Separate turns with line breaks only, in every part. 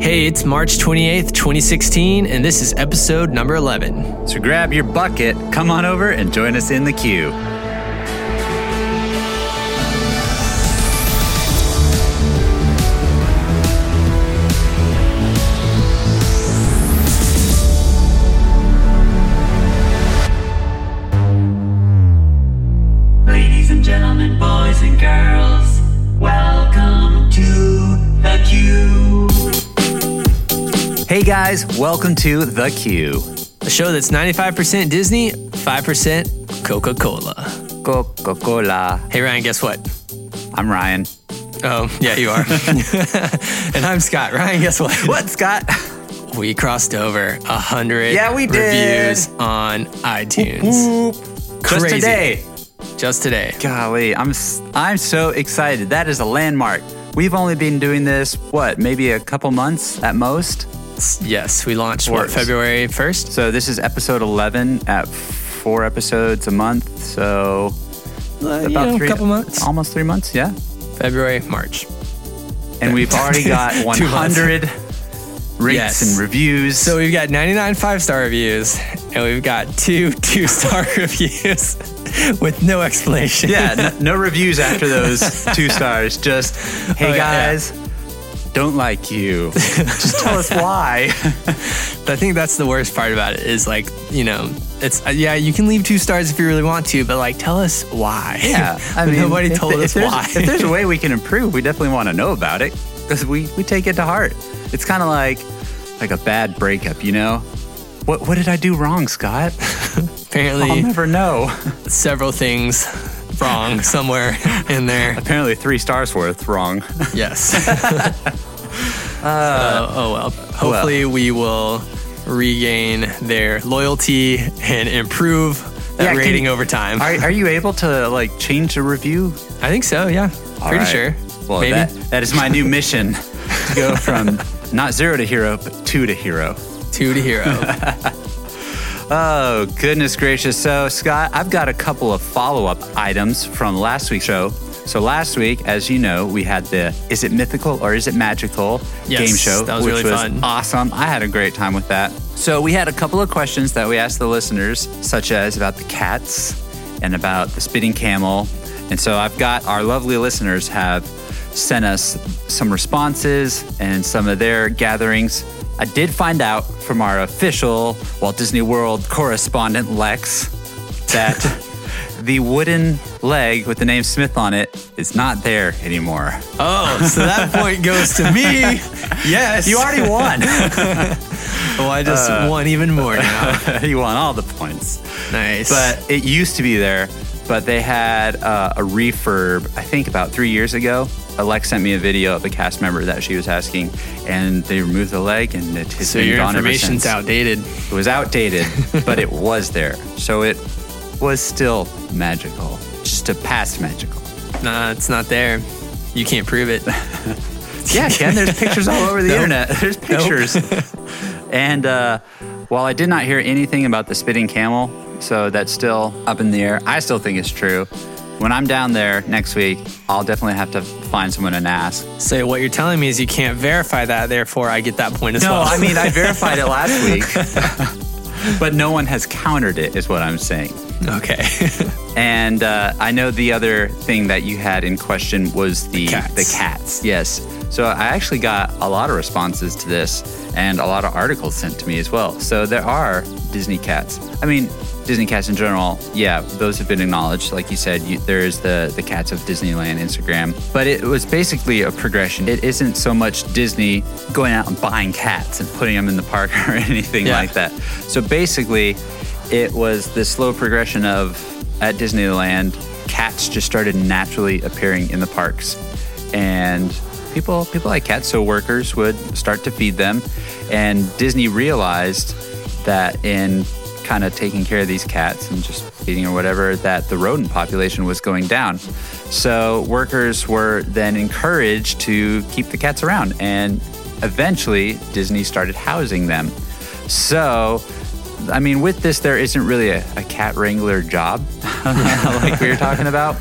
Hey, it's March 28th, 2016, and this is episode number 11.
So grab your bucket, come on over, and join us in the queue.
Ladies and gentlemen, boys and girls, welcome to the queue.
Hey guys, welcome to The Queue.
A show that's 95% Disney, 5% Coca Cola.
Coca Cola.
Hey, Ryan, guess what?
I'm Ryan.
Oh, yeah, you are. and I'm Scott. Ryan, guess what?
What, Scgot?
We crossed over 100
Yeah, we did.
reviews on iTunes.
Just
Crazy.
today.
Just today.
Golly, I'm s- I'm so excited. That is a landmark. We've only been doing this what, maybe a couple months at most.
Yes, we launched, what,
Worse.
February 1st?
So this is episode 11 at four episodes a month. So
About
three,
a couple months.
almost three Uh, months. Yeah,
February, March.
and we've already got
Two months.
100 rates
Yes.
and reviews.
So we've got 99 five star reviews, and we've got two two star reviews with no explanation.
yeah, no, no reviews after those two stars. Just hey
Oh, yeah,
guys, don't like you. Just tell us why.
I think that's the worst part about it is like, you know, it's uh, yeah, you can leave two stars if you really want to, but like tell us why. nobody
if
told
th-
us
if there's-
why.
If there's a way we can improve, we definitely want to know about it because we we take it to heart. It's kind of like like a bad breakup, you know. What what did I do wrong, Scott? I'll
Apparently,
never know.
several things wrong somewhere in there.
Apparently, three stars worth wrong.
Yes. So, oh well. Hopefully, we will regain their loyalty and improve that
Yeah, can-
rating over time.
Are, are you able to like change the review?
I think so. Yeah,
All
pretty
right.
sure.
Well,
Maybe.
That, that is my new mission to go from not zero to hero, but two to hero.
Two to hero.
Oh, goodness gracious. So, Scott, I've got a couple of follow up items from last week's show. So, last week, as you know, we had the Is It Mythical or Is It Magical
Yes,
game show,
that was
which
really
was
fun.
awesome. I had a great time with that. So, we had a couple of questions that we asked the listeners, such as about the cats and about the spitting camel. And so, I've got our lovely listeners have sent us some responses and some of their gatherings. I did find out from our official Walt Disney World correspondent, Lex, that the wooden leg with the name Smith on it is not there anymore.
oh, so that point goes to me. Yes,
You already won.
Well, I just won even more now.
you won all the points.
nice.
But it used to be there, but they had uh, a refurb, I think about three years ago. Alex sent me a video of a cast member that she was asking, and they removed the leg, and it has
so
been
your
gone ever
information's
since.
outdated.
It was outdated, but it was there. So it was still magical, just a past magical.
Nah, it's not there. You can't prove it.
Yeah, Ken, there's pictures all over the internet. There's pictures. and uh, while I did not hear anything about the spitting camel, so that's still up in the air, I still think it's true. When I'm down there next week, I'll definitely have to find someone and ask.
So what you're telling me is you can't verify that. Therefore, I get that point as well.
I mean, I verified it last week, but no one has countered it, is what I'm saying.
okay.
And uh, I know the other thing that you had in question was the
cats.
the cats. Yes. So I actually got a lot of responses to this, and a lot of articles sent to me as well. So there are Disney cats. I mean, Disney cats in general. Yeah, those have been acknowledged. Like you said, you, there is the the cats of Disneyland Instagram. But it was basically a progression. It isn't so much Disney going out and buying cats and putting them in the park or anything
Yeah.
like that that. So basically, it was the slow progression of at Disneyland, cats just started naturally appearing in the parks, and people people like cats. So workers would start to feed them, and Disney realized that in kind of taking care of these cats and just feeding or whatever that the rodent population was going down. So workers were then encouraged to keep the cats around and eventually Disney started housing them. So, I mean, with this, there isn't really a, a cat wrangler job like we were talking about.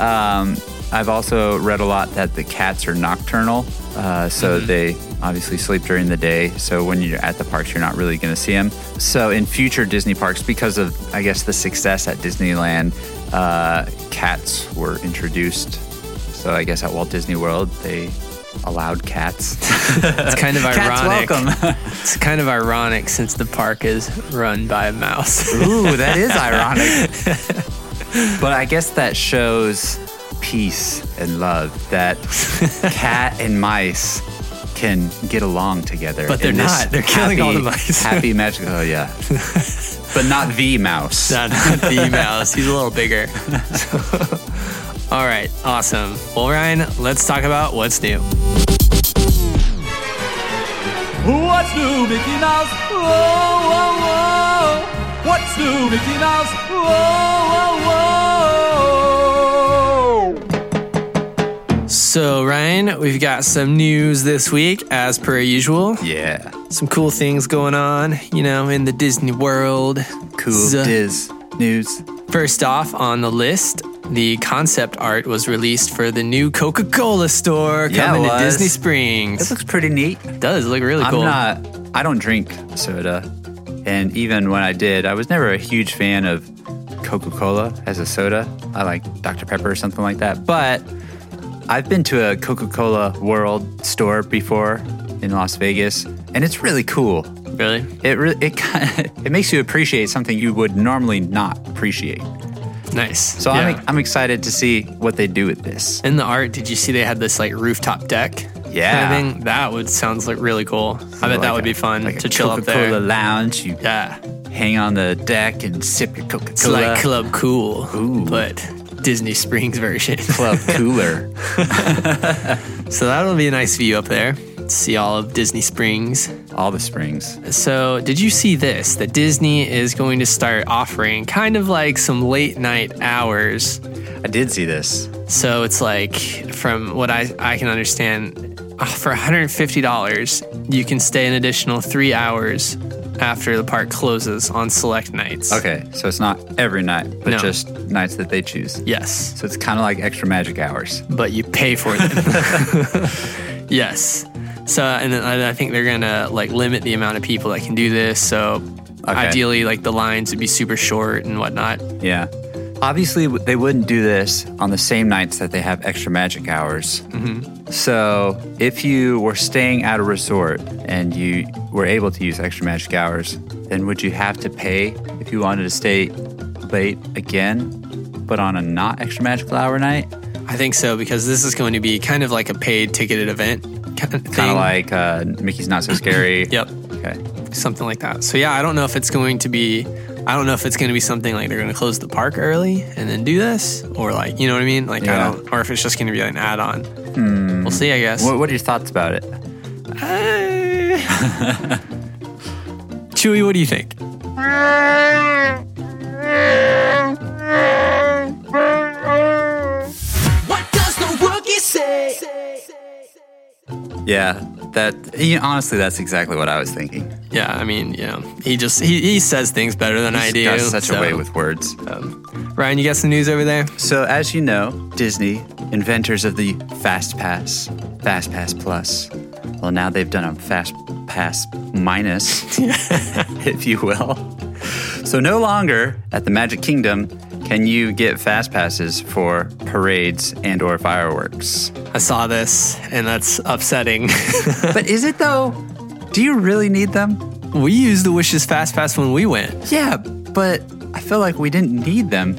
Um, I've also read a lot that the cats are nocturnal, Uh, so they obviously sleep during the day. So when you're at the parks, you're not really going to see them. So in future Disney parks, because of I guess the success at Disneyland, uh, cats were introduced. So I guess at Walt Disney World, they allowed cats.
It's kind of
Cats
ironic.
welcome.
It's kind of ironic since the park is run by a mouse.
Ooh, that is ironic. but I guess that shows peace and love that cat and mice can get along together.
But they're
in this
not. They're killing all the
happy-
mice.
happy magic. Oh yeah. but not the mouse.
not the mouse. He's a little bigger. all right, awesome. Well, Ryan, let's talk about what's new.
What's new, Mickey Mouse? Whoa, whoa, whoa. What's new, Mickey Mouse? Whoa, whoa, whoa.
So, Ryan, we've got some news this week, as per usual.
Yeah.
Some cool things going on, you know, in the Disney world.
Cool
Z-
Diz news.
First off on the list, the concept art was released for the new Coca Cola store
Yeah, it
coming to
was.
Disney
This
Springs.
looks pretty neat.
does look really cool.
I'm not. I don't drink soda, and even when I did, I was never a huge fan of Coca-Cola as a soda. I like Dr Pepper or something like that. But I've been to a Coca-Cola World store before in Las Vegas, and it's really cool.
really?
It re- it kind it makes you appreciate something you would normally not appreciate.
Nice.
So
Yeah.
I'm I'm excited to see what they do with this.
in the art, did you see they had this like rooftop deck?
Yeah.
Kind of thing? That would sounds like really cool. I bet that would be fun to chill
coca
up there.
Coca-Cola lounge. You
Yeah.
hang on the deck and sip your Coca-Cola.
It's like Club Cool,
Ooh.
but Disney Springs version.
club cooler.
so that'll be a nice view up there. See all of Disney Springs.
All the springs.
So, did you see this? That Disney is going to start offering kind of like some late night hours.
I did see this.
So, it's like from what I, I can understand, uh, for $150, you can stay an additional three hours after the park closes on select nights.
Okay, so it's not every night, but
No.
just nights that they choose.
Yes,
So it's kind of like extra magic hours.
but you pay for them. yes. So, and then I I think they're going to like limit the amount of people that can do this. So, ideally, like the lines would be super short and whatnot.
Yeah. Obviously, w- they wouldn't do this on the same nights that they have extra magic hours. So, if you were staying at a resort and you were able to use extra magic hours, then would you have to pay if you wanted to stay late again, but on a not extra magical hour night?
I think so because this is going to be kind of like a paid ticketed event kind of thing.
Kind of like uh, Mickey's Not So Scary.
Yep.
Okay.
Something like that. So yeah, I don't know if it's going to be I don't know if it's going to be something like they're going to close the park early and then do this or like, you know what I mean? Like
Yeah. Hmm.
I don't or if it's just going to be like an add-on. We'll see, I guess.
What, what are your thoughts about it?
Chewy, what do you think?
What does the rookie say?
Yeah, that you know, honestly, that's exactly what I was thinking.
Yeah, I mean, yeah. He just he, he says things better than I
He's
do.
got such
so-
a way with words.
Ryan, you got some news over there?
So, as you know, Disney, inventors of the Fast Pass, Fast Pass Plus. Well, now they've done a Fast Pass minus, if you will. So, no longer at the Magic Kingdom can you get Fast Passes for parades and/or fireworks.
I saw this and that's upsetting.
but is it though? Do you really need them?
we used the Wishes Fast Pass when we went.
Yeah, but I feel like we didn't need them.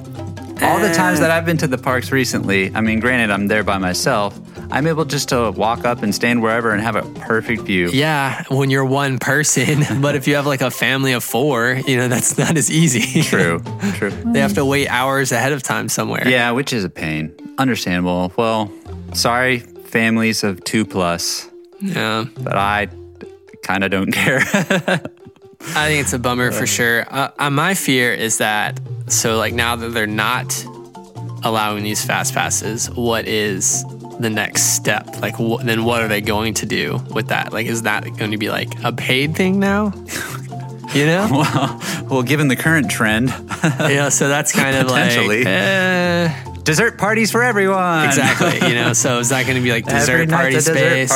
All the times that I've been to the parks recently, I mean, granted, I'm there by myself, I'm able just to walk up and stand wherever and have a perfect view.
Yeah, when you're one person, but if you have like a family of four, you know, that's not as easy.
True, true.
they have to wait hours ahead of time somewhere.
Yeah, which is a pain. Understandable. Well, sorry, families of two plus,
Yeah.
but I kind of don't care.
I think it's a bummer for sure. Uh, uh, my fear is that, so like now that they're not allowing these fast passes, what is the next step? Like, wh- then what are they going to do with that? Like, is that going to be like a paid thing now? You know?
well, given the current trend,
yeah, so that's kind of like
Potentially.
eh,
dessert parties for everyone.
Exactly. You know, so is that going to be like dessert
Um, Every
party
night's a
space?
Dessert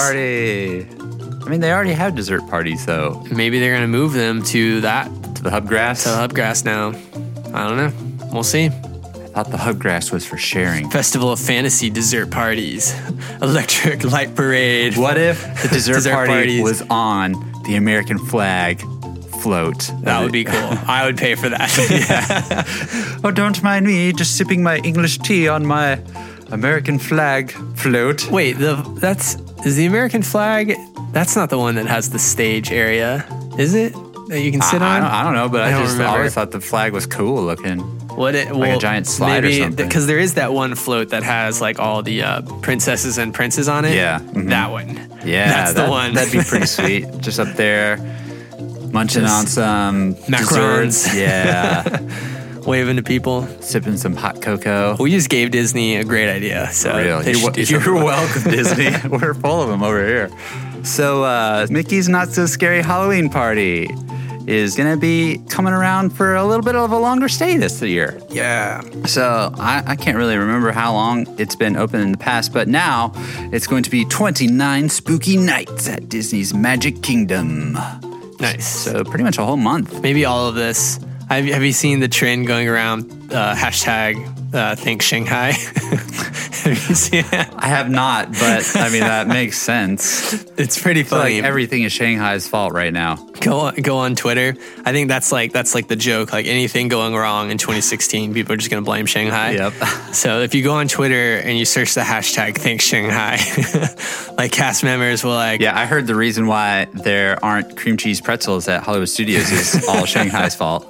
party. I mean, they already have dessert parties though.
Maybe they're going to move them to that
To the hubgrass.
to Hubgrass now. I don't know. We'll see.
I thought the hubgrass was for sharing.
Festival of Fantasy dessert parties, electric light parade.
What if the dessert,
Dessert
party
parties.
was on the American flag float?
That would be cool. I would pay for that.
Oh, don't mind me, just sipping my English tea on my American flag float.
Wait, the that's is the American flag. That's not the one that has the stage area, is it? That you can sit
I, I
on.
don't, I don't know, but I,
don't
just
remember.
always thought the flag was cool looking.
What it, well,
giant slide or something.
Because there is that one float that has like all the uh, princesses and princes on it.
Yeah, mhm.
that one.
Yeah,
that's the
that-
one.
That'd be pretty sweet. Just up there, munching on some
Macarons.
desserts. Yeah,
waving to people.
sipping some hot cocoa.
We just gave Disney a great idea. So
Real.
they should do
You're,
something
you're
like
welcome, Disney. We're full of them over here. So, uh, Mickey's Not So Scary Halloween Party is going to be coming around for a little bit of a longer stay this year.
that. Yeah.
So I, I can't really remember how long it's been open in the past, but now it's going to be 29 spooky nights at Disney's Magic Kingdom.
Nice.
So pretty much a whole month.
maybe all of this. Have, have you seen the trend going around? Uh, hashtag uh, Think Shanghai. have you seen it?
I have not, but I mean that makes sense.
It's pretty
But like
funny.
everything is Shanghai's fault right now.
go on, go on Twitter. I think that's like that's like the joke. Like anything going wrong in 2016, people are just gonna blame Shanghai.
Yep.
So if you go on Twitter and you search the hashtag Think Shanghai, like cast members will like
Yeah, I heard the reason why there aren't cream cheese pretzels at Hollywood Studios is all Shanghai's fault.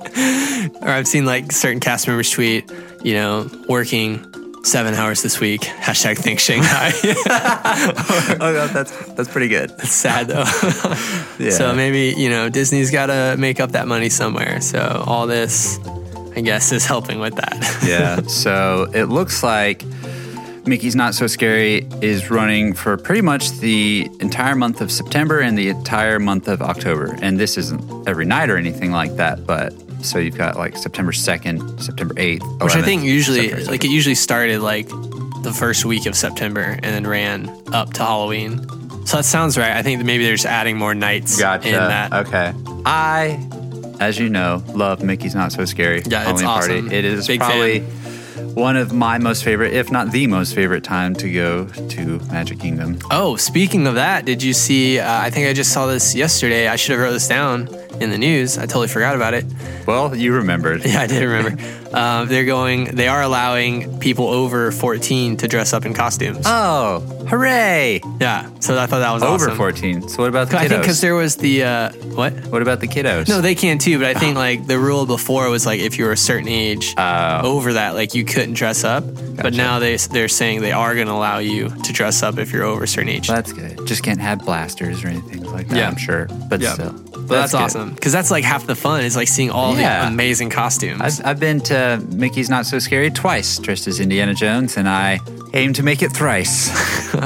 or I've seen like certain cast members tweet, you know, working seven hours this week. Hashtag Think Shanghai.
Oh, yeah, that's that's pretty good.
it's sad though. So maybe, you know, Disney's got to make up that money somewhere. So all this, I guess, is helping with that.
yeah. So it looks like Mickey's Not So Scary is running for pretty much the entire month of September and the entire month of October. And this isn't every night or anything like that, but so you've got like September 2nd, September 8th.
Which I
11th,
think usually,
September
like, it usually started like the first week of September and then ran up to Halloween. So that sounds right. I think that maybe they're just adding more nights
7th. Gotcha.
in that.
Okay. I, as you know, love Mickey's Not So Scary.
Yeah, it's
Halloween
awesome.
Party. It is
Big fan.
probably one of my most favorite, if not the most favorite, time to go to Magic Kingdom.
Oh, speaking of that, did you see? Uh, I think I just saw this yesterday. I should have wrote this down in the news. I totally forgot about it.
Well, you remembered.
Yeah, I did remember. uh, they're going. They are allowing people over 14 to dress up in costumes.
Oh, hooray!
Yeah, so I thought that was
Over
awesome.
14. So what about the
I think
kiddos?
because there was the uh, what? Uh-huh.
what about the kiddos?
No, they can too. But I think like the rule before was like if you were a certain age over that, like you couldn't dress up. But
Gotcha.
now they they're saying they are going to allow you to dress up if you're over a certain age.
that's good. Just can't have blasters or anything like that.
Yeah.
I'm sure, but
Yeah.
still,
But that's,
good.
awesome because that's like half the fun is like seeing all
Yeah.
the amazing costumes.
I've, I've been to Mickey's Not So Scary twice, dressed as Indiana Jones, and I aim to make it thrice.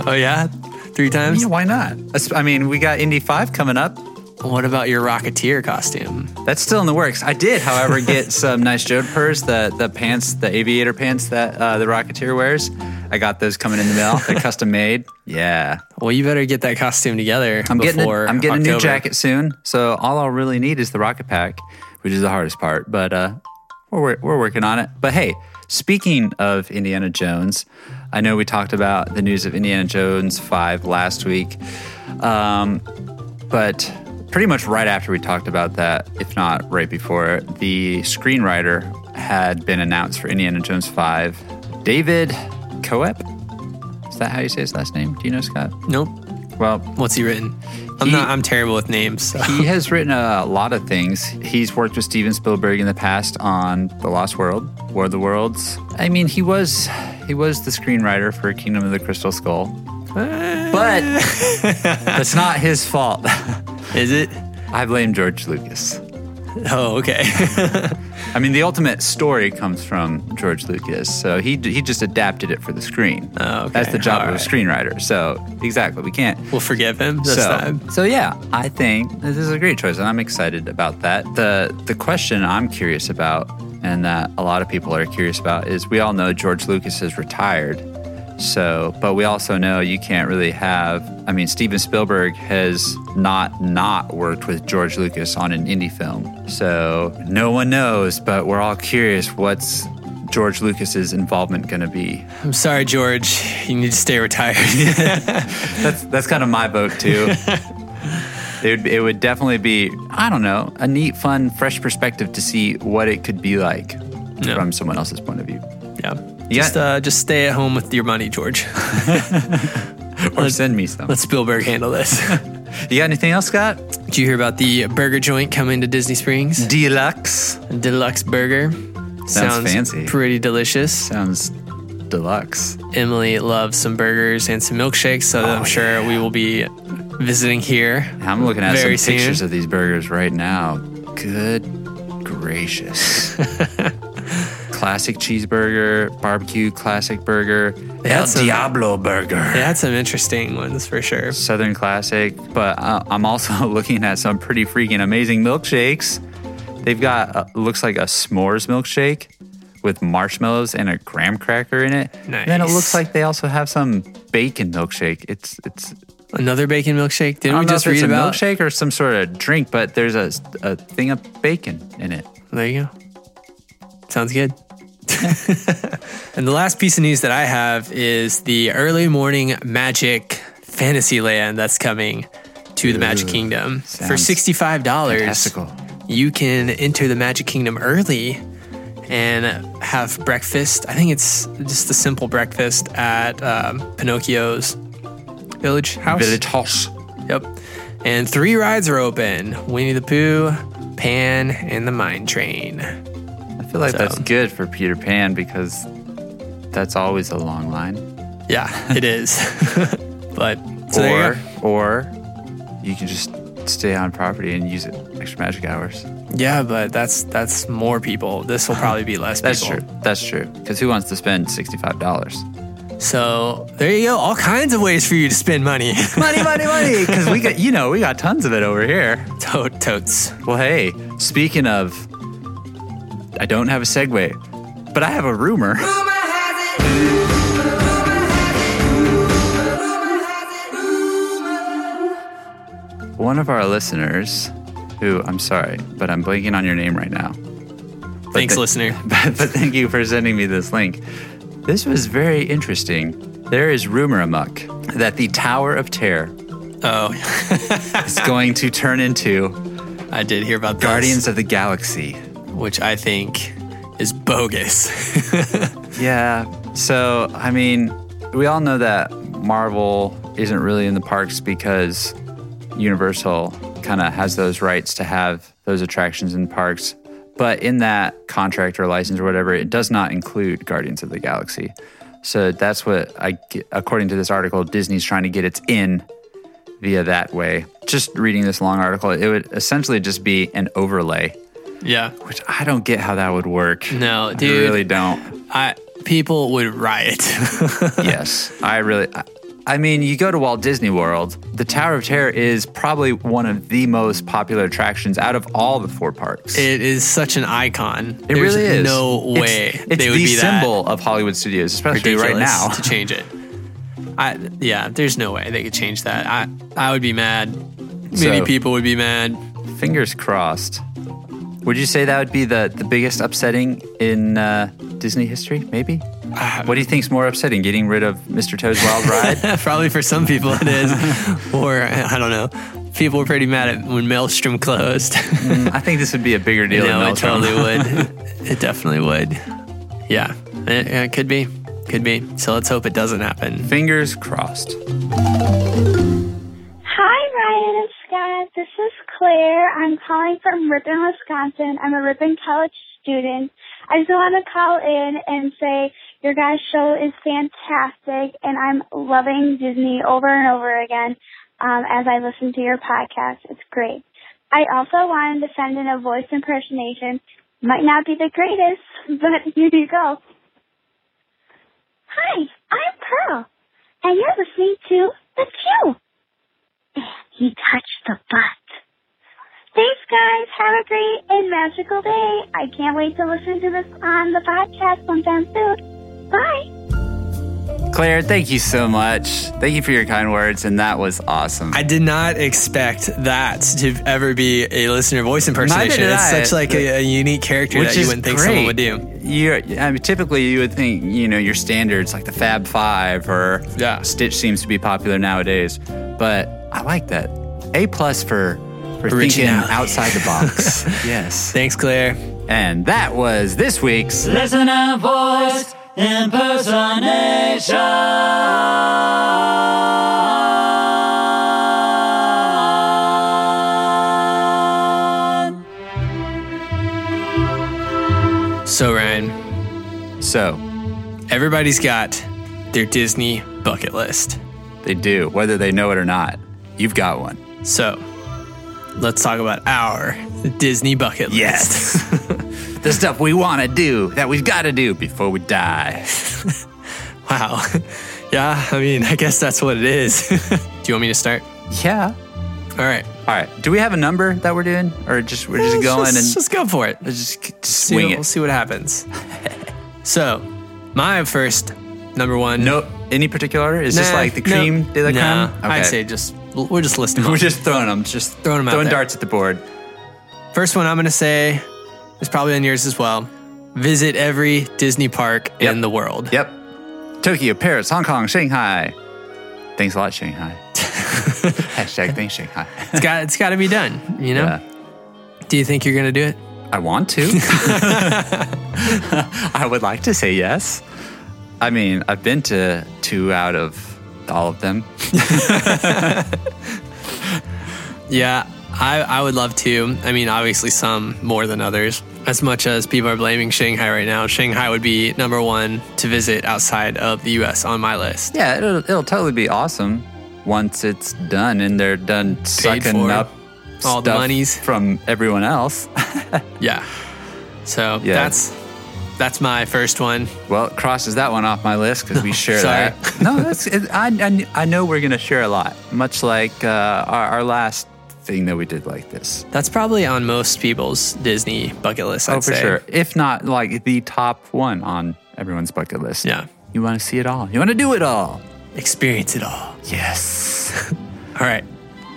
oh yeah, three times.
yeah, why not? That's- I mean, we got Indy Five coming up.
What about your Rocketeer costume?
That's still in the works. I did, however, get some nice jodhpurs, the the pants, the aviator pants that uh, the Rocketeer wears. I got those coming in the mail. They're custom made. Yeah.
Well, you better get that costume together
I'm getting, a,
before
I'm getting a new
October.
jacket soon, so all I'll really need is the rocket pack, which is the hardest part. But uh, we're wor- we're working on it. But hey, speaking of Indiana Jones, I know we talked about the news of Indiana Jones Five last week, um, but pretty much right after we talked about that, if not right before, the screenwriter had been announced for Indiana Jones Five, David Coep. Is that how you say his last name? Do you know Scott?
Nope.
Well,
What's he written? I'm
He-
not. I'm terrible with names. so.
he has written a lot of things. He's worked with Steven Spielberg in the past on The Lost World, War of the Worlds. I mean, he was he was the screenwriter for Kingdom of the Crystal Skull. But that's not his fault.
Is it?
I blame George Lucas.
Oh, okay.
I mean, the ultimate story comes from George Lucas, so he he just adapted it for the screen.
Oh, okay.
That's the job
All
of a screenwriter. So exactly, we can't
we'll forgive him this
so,
time.
so yeah, I think this is a great choice, and I'm excited about that. the The question I'm curious about and that a lot of people are curious about is we all know George Lucas is retired. So, but we also know you can't really have. I mean, Steven Spielberg has not not worked with George Lucas on an indie film. So no one knows, but we're all curious what's George Lucas's involvement going to be.
I'm sorry, George. You need to stay retired.
That's that's kind of my vote too. it would, it would definitely be I don't know a neat, fun, fresh perspective to see what it could be like
Yeah.
from someone else's point of view.
yeah.
Yeah.
Just uh, just stay at home with your money, George.
Or send me some.
Let Spielberg handle this.
You got anything else, Scott?
Did you hear about the burger joint coming to Disney Springs?
Deluxe
Deluxe burger. Sounds,
fancy.
Pretty delicious.
sounds deluxe.
Emily loves some burgers and some milkshakes, so
Oh,
I'm sure we will be visiting here.
I'm looking at
Very
some
soon.
pictures of these burgers right now. Good gracious. classic cheeseburger, barbecue classic burger, El
That's a-
Diablo burger.
They had some interesting ones for sure.
Southern classic, but uh, I'm also looking at some pretty freaking amazing milkshakes. They've got uh, looks like a s'mores milkshake with marshmallows and a graham cracker in it. And then it
Nice.
looks like they also have some bacon milkshake. It's it's
Another bacon milkshake.
I
Didn't
don't
we
know
just
if it's
read
a
about?
milkshake or some sort of drink, but there's a, a thing of bacon in it.
There you go. Sounds good. and the last piece of news that I have is the early morning magic Fantasyland that's coming to the Magic Kingdom for
sounds
sixty-five dollars.
Fantastical.
You can enter the Magic Kingdom early and have breakfast. I think it's just the simple breakfast at um, Pinocchio's Village House.
Village House.
Yep. And three rides are open Winnie the Pooh, Pan, and the Mine Train.
I feel like
So-
that's good for Peter Pan because that's always a long line.
Yeah, it is. but so
or
there you
or you can just stay on property and use it extra magic hours.
go. yeah, but that's that's more people. This will probably be less
That's
people.
true. That's true. Because who wants to spend sixty five dollars?
So there you go. All kinds of ways for you to spend money.
Money, money, money. Because we got you know we got tons of it over here.
Tote totes.
Well, hey, speaking of, I don't have a segue, but I have a rumor. One of our listeners, who I'm sorry, but I'm blanking on your name right now. But
Thanks,
thi-
listener.
But, but thank you for sending me this link. This was very interesting. There is rumor amuck that the Tower of Terror
Oh,
is going to turn into
I did hear about this,
Guardians of the Galaxy.
which I think is bogus.
Yeah. So, I mean, we all know that Marvel isn't really in the parks because Universal kind of has those rights to have those attractions in parks. But in that contract or license or whatever, it does not include Guardians of the Galaxy. So that's what I, ge- according to this article, Disney's trying to get its in via that way. Just reading this long article, it would essentially just be an overlay,
yeah.
which I don't get how that would work.
No,
I
dude.
really don't.
I people would riot.
yes, I really. I, I mean, you go to Walt Disney World, the Tower of Terror is probably one of the most popular attractions out of all the four parks.
it is such an icon.
It
There's
really is.
No
It's-
way
It's,
they would
the
be that.
symbol of Hollywood studios, especially right
ridiculous
now.
to change it. I yeah, there's no way they could change that. I I would be mad. Many
So-
people would be mad.
Fingers crossed. Would you say that would be the, the biggest upsetting in uh, Disney history? Maybe.
Uh,
what do you think's more upsetting, getting rid of Mr. Toad's Wild Ride?
Probably for some people it is, or I don't know. People were pretty mad at when Maelstrom closed.
I think this would be a bigger deal.
no,
than
it
Maelstrom.
totally would. It definitely would. Yeah, it, it could be, could be. So let's hope it doesn't happen.
Fingers crossed.
Hi, Ryan and Scott. This is Claire. I'm calling from Ripon, Wisconsin. I'm a Ripon College student. I just want to call in and say your guys' show is fantastic, and I'm loving Disney over and over again um, as I listen to your podcast. It's great. I also wanted to send in a voice impersonation. Might not be the greatest, but here you go. Hi, I'm Pearl, and you're listening to The Q he touched the butt. Thanks, guys. Have a great and magical day. I can't wait to listen to this on the podcast sometime soon. Bye.
Claire, thank you so much. Thank you for your kind words, and that was awesome.
I did not expect that to ever be a listener voice impersonation.
did
it's
I.
such like a, a unique character that you wouldn't think someone would do.
You're, I mean, typically you would think you know your standards like the Fab Five or
Yeah.
Stitch seems to be popular nowadays, but I like that. A plus for for thinking
Originality.
outside the box. yes,
Thanks, Claire.
and that was this week's.
Listener voice impersonation.
So, Ryan,
So
everybody's got their Disney bucket list.
they do, whether they know it or not. You've got one.
So, let's talk about our Disney bucket list.
the stuff we want to do that we've got to do before we die.
Wow. yeah, I mean, I guess that's what it is. do you want me to start?
Yeah.
All right.
All right. Do we have a number that we're doing, or just we're just
Let's
going
just,
and
just go for it.
let's just, k- just
See,
swing
We'll
it?
see what happens. so, my first number one.
No, any particular order? Is
Nah,
this like the
no,
cream de la
nah,
creme?
I'd say just we're just listing.
we're
them.
just throwing them, just
Throwing 'em out
throwing
there.
darts at the board.
First one I'm gonna say is probably on yours as well. Visit every Disney park
Yep.
in the world.
Yep. Tokyo, Paris, Hong Kong, Shanghai. Thanks a lot, Shanghai. Hashtag thanks, Shanghai.
It's got it's got to be done. You know.
Yeah.
Do you think you're gonna do it?
I want to. I would like to say yes. I mean, I've been to two out of all of them.
Yeah, I I would love to. I mean, obviously some more than others. As much as people are blaming Shanghai right now, Shanghai would be number one to visit outside of the U.S. on my list.
Yeah, it'll, it'll totally be awesome once it's done and they're done sucking
for.
up
All the
stuff
monies.
from everyone else.
Yeah. So
Yeah.
that's that's my first one.
Well, it crosses that one off my list because we share
sorry.
that. No, that's, it, I, I, I know we're going to share a lot, much like uh, our, our last thing that we did like this.
That's probably on most people's Disney bucket list. I'd
oh, for
say.
sure. If not like the top one on everyone's bucket list.
Yeah.
You want to see it all. You want to do it all.
Experience it all.
Yes.
All right.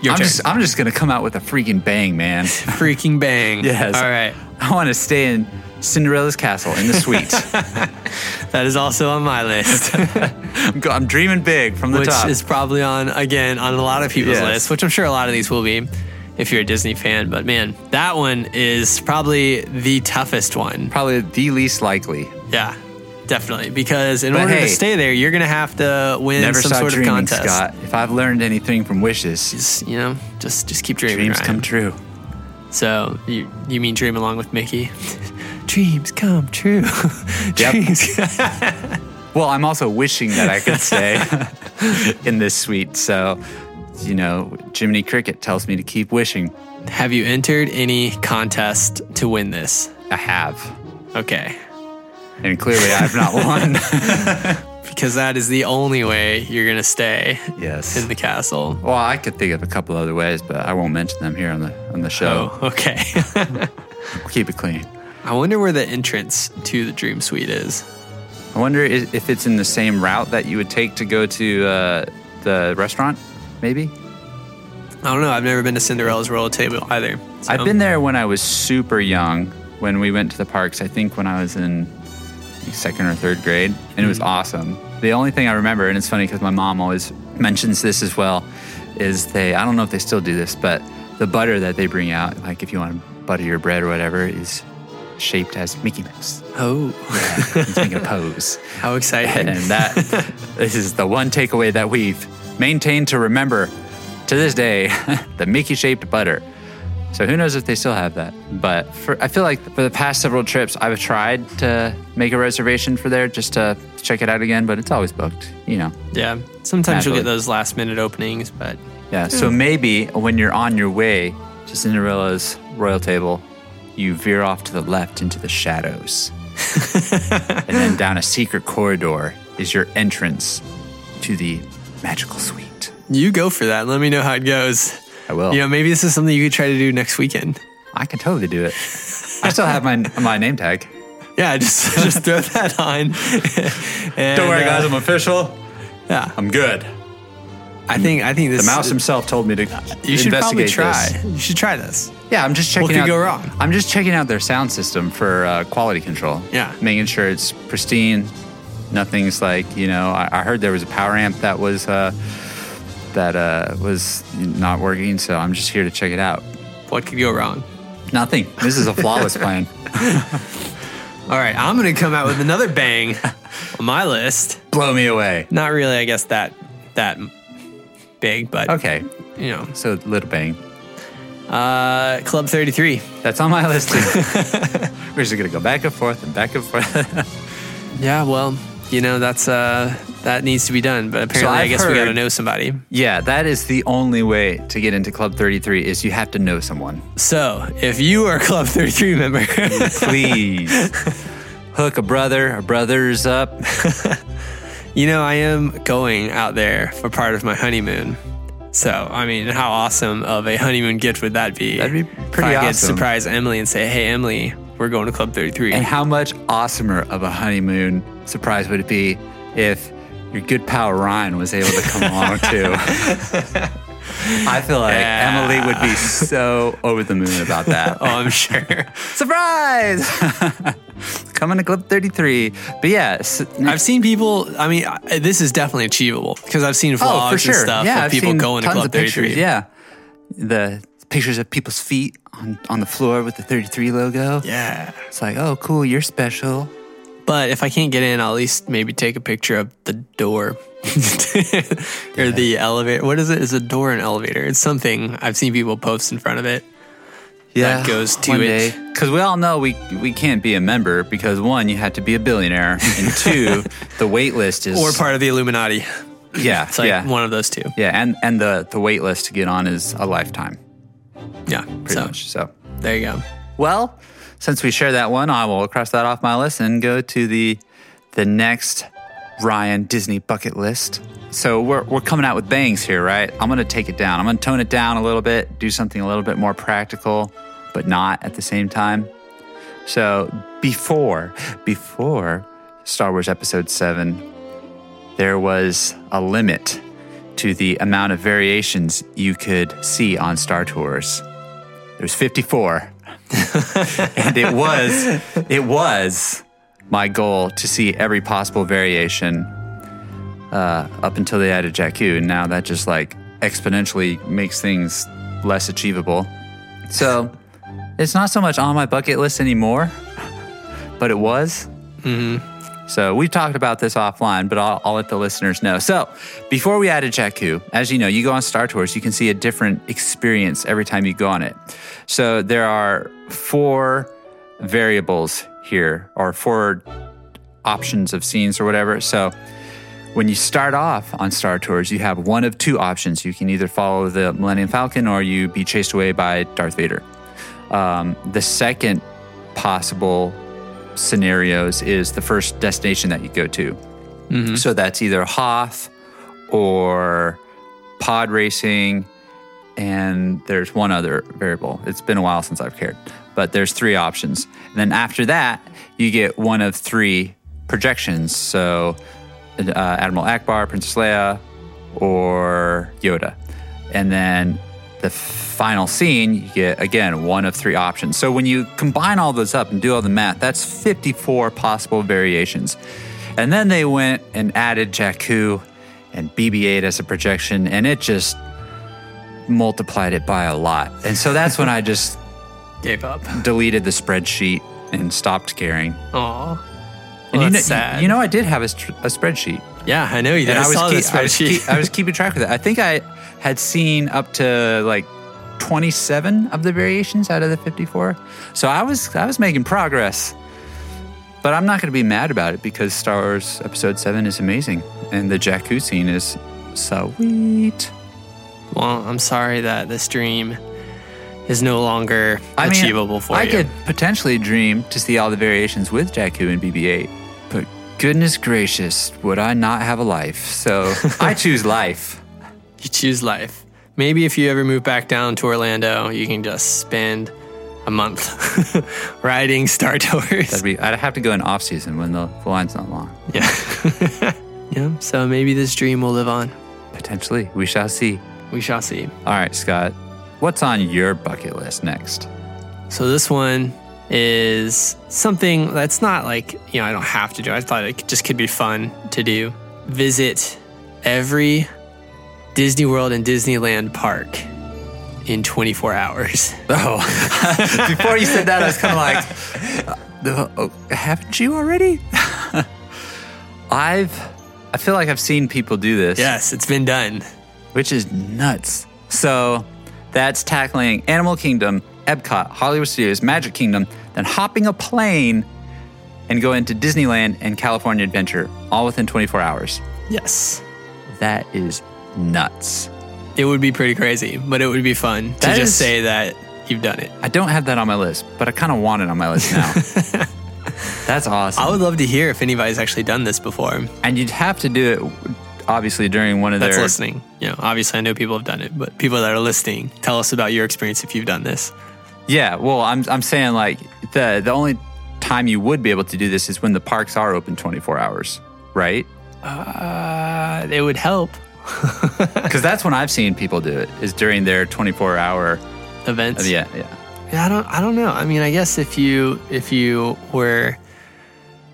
Your
I'm
turn.
just, I'm just going to come out with a freaking bang, man.
freaking bang.
Yes.
All right.
I want to stay in Cinderella's castle in the suite.
That is also on my list,
I'm, go- I'm dreaming big from the
which
top.
is probably on, again, on a lot of people's
Yes.
lists, which I'm sure a lot of these will be if you're a Disney fan. But man, that one is probably the toughest one.
probably the least likely.
Yeah, definitely. Because in
But
order
hey,
to stay there, you're going to have to win
Never
some
stop
sort
dreaming,
of contest.
Scott. If I've learned anything from wishes,
Just, you know, just just keep dreaming.
dreams
Ryan.
come true.
So you you mean dream along with Mickey? dreams come true. dreams.
Well, I'm also wishing that I could stay in this suite. So, you know, Jiminy Cricket tells me to keep wishing.
Have you entered any contest to win this?
I have.
Okay.
And clearly I've not won.
Because that is the only way you're going to stay
yes.
in the castle.
Well, I could think of a couple other ways, but I won't mention them here on the on the show.
Oh, okay.
We'll keep it clean.
I wonder where the entrance to the dream suite is.
I wonder i- if it's in the same route that you would take to go to uh, the restaurant. Maybe
I don't know. I've never been to Cinderella's Royal Table either. So-
I've been there when I was super young. When we went to the parks, I think when I was in second or third grade, and it was awesome. The only thing I remember, and it's funny because my mom always mentions this as well, is they I don't know if they still do this, but the butter that they bring out, like if you want to butter your bread or whatever, is shaped as Mickey Mouse.
Oh,
It's making a pose.
how exciting.
And that this is the one takeaway that we've maintained to remember to this day, the Mickey shaped butter. So who knows if they still have that? But for, I feel like for the past several trips, I've tried to make a reservation for there just to check it out again, but it's always booked, you know.
yeah. Sometimes you'll
Naturally.
get those last minute openings, but
Yeah. So maybe when you're on your way to Cinderella's royal table, you veer off to the left into the shadows. and then down a secret corridor is your entrance to the magical suite.
you go for that. Let me know how it goes.
I will.
You know, maybe this is something you could try to do next weekend.
I can totally do it. I still have my my name tag.
Yeah, just just throw that on. And,
Don't worry, guys.
uh,
I'm official.
yeah,
I'm good.
I think I think
The
this.
mouse himself told me to.
You should probably
investigate
try.
this.
You should try this.
Yeah, I'm just checking
could
out.
go wrong?
I'm just checking out their sound system for uh, quality control.
Yeah.
making sure it's pristine. Nothing's like you know. I, I heard there was a power amp that was uh, that uh, was not working, so I'm just here to check it out.
What could go wrong?
Nothing. This is a flawless plan.
All right, I'm gonna come out with another bang on my list.
Blow me away.
Not really, I guess that that big, but
Okay,
you know,
so little bang.
uh, Club 33.
That's on my list too. We're just gonna go back and forth and back and forth.
Yeah, well, you know that's uh that needs to be done, but apparently I
I've
guess we got to
heard-
know somebody.
yeah, that is the only way to get into Club 33 is you have to know someone.
So if you are a Club 33 member,
Please hook a brother, a brother's up.
you know I am going out there for part of my honeymoon. So I mean, how awesome of a honeymoon gift would that be?
That'd be pretty
if I could
awesome.
surprise Emily and say, "Hey, Emily, we're going to Club 33."
And how much awesomer of a honeymoon surprise would it be if your good pal Ryan was able to come along too? I feel like
Yeah.
Emily would be so over the moon about that.
oh, I'm sure.
Surprise! Coming to Club 33. But yeah, s- oh,
I've seen people. I mean, I, this is definitely achievable because I've seen vlogs
oh, for sure.
and stuff
yeah,
of
I've
people
seen
going to
tons
Club
of pictures,
33.
Yeah. The pictures of people's feet on, on the floor with the 33 logo.
yeah.
It's like, oh, cool, you're special.
But if I can't get in, I'll at least maybe take a picture of the door or the elevator. What is it? Is a door an elevator? It's something I've seen people post in front of it.
Yeah.
That goes to it.
Because we all know we, we can't be a member because one, you have to be a billionaire, and two, the wait list is.
Or part of the Illuminati.
Yeah.
It's like
yeah.
one of those two.
yeah, and, and the, the wait list to get on is a lifetime,
Yeah.
pretty
so
much. So.
there you go.
Well, since we share that one, I will cross that off my list and go to the the next Ryan Disney bucket list. So we're we're coming out with bangs here, right? I'm gonna take it down. I'm gonna tone it down a little bit, do something a little bit more practical, but not at the same time. So before before Star Wars Episode Seven, there was a limit to the amount of variations you could see on Star Tours. There's 54 and it was it was my goal to see every possible variation uh, up until they added Jakku, and now that just like exponentially makes things less achievable. So it's not so much on my bucket list anymore, but it was. So we've talked about this offline, but I'll, I'll let the listeners know. So before we added Jakku, as you know, you go on Star Tours, you can see a different experience every time you go on it. So there are four variables here, or four options of scenes or whatever. So when you start off on Star Tours, you have one of two options. You can either follow the Millennium Falcon or you be chased away by Darth Vader. Um, the second possible scenarios is the first destination that you go to. So that's either Hoth or pod racing. And there's one other variable. It's been a while since I've cared, but there's three options. And then after that, you get one of three projections. So uh, Admiral Akbar, Princess Leia, or Yoda. And then the final scene, you get again one of three options. So when you combine all those up and do all the math, that's 54 possible variations. And then they went and added Jakku and BB 8 as a projection, and it just multiplied it by a lot. And so that's when I just
Gave up.
deleted the spreadsheet and stopped caring.
Aw.
and
Well,
you know,
that's sad.
you know, I did have a, str- a spreadsheet.
Yeah, I know you did.
And
I,
I, was
saw
keep-
this
I was
spreadsheet.
keep- I was keeping track of that. I think I had seen up to like 27 of the variations out of the 54. So I was I was making progress. But I'm not going to be mad about it because Star Wars Episode 7 is amazing and the Jakku scene is sweet.
well, I'm sorry that this dream is no longer
I mean,
achievable for
I
you.
could potentially dream to see all the variations with Jakku and BB-8, but goodness gracious, would I not have a life? So I choose life.
You choose life. maybe if you ever move back down to Orlando, you can just spend a month riding Star Tours.
That'd be, I'd have to go in off season when the, the line's not long.
Yeah. yeah. So maybe this dream will live on.
Potentially. We shall see.
We shall see.
All right, Scott. What's on your bucket list next?
So this one is something that's not like, you know, I don't have to do. I thought it just could be fun to do. Visit every Disney World and Disneyland park in 24 hours.
Oh, before you said that, I was kind of like, "Oh, haven't you already? I've, I feel like I've seen people do this.
Yes, it's been done.
which is nuts. So that's tackling Animal Kingdom, Epcot, Hollywood Studios, Magic Kingdom, then hopping a plane and going to Disneyland and California Adventure all within 24 hours.
Yes.
That is nuts.
It would be pretty crazy, but it would be fun to
That
just
is-
say that you've done it.
I don't have that on my list, but I kind of want it on my list now. that's awesome.
I would love to hear if anybody's actually done this before.
and you'd have to do it obviously during one of
That's
their
listening. You know, obviously I know people have done it, but people that are listening, tell us about your experience if you've done this.
Yeah, well, I'm I'm saying like the the only time you would be able to do this is when the parks are open 24 hours, right?
Uh, it would help
Because that's when I've seen people do it is during their 24 hour. uh,
events.
Yeah, yeah.
Yeah, I don't I don't know. I mean, I guess if you if you were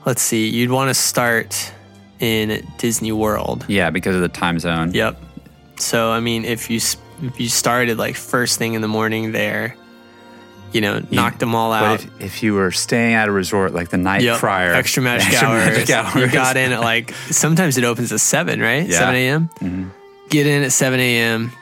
let's see, you'd want to start in Disney World.
Yeah, because of the time zone.
Yep. So I mean, if you s- if you started like first thing in the morning there, you know, knocked them all out.
But if, if you were staying at a resort like the night
Yep.
prior,
Extra magic hours. You got in at like sometimes it opens at seven, right?
Yeah. Mm-hmm.
Seven a.m. Get in at seven a.m.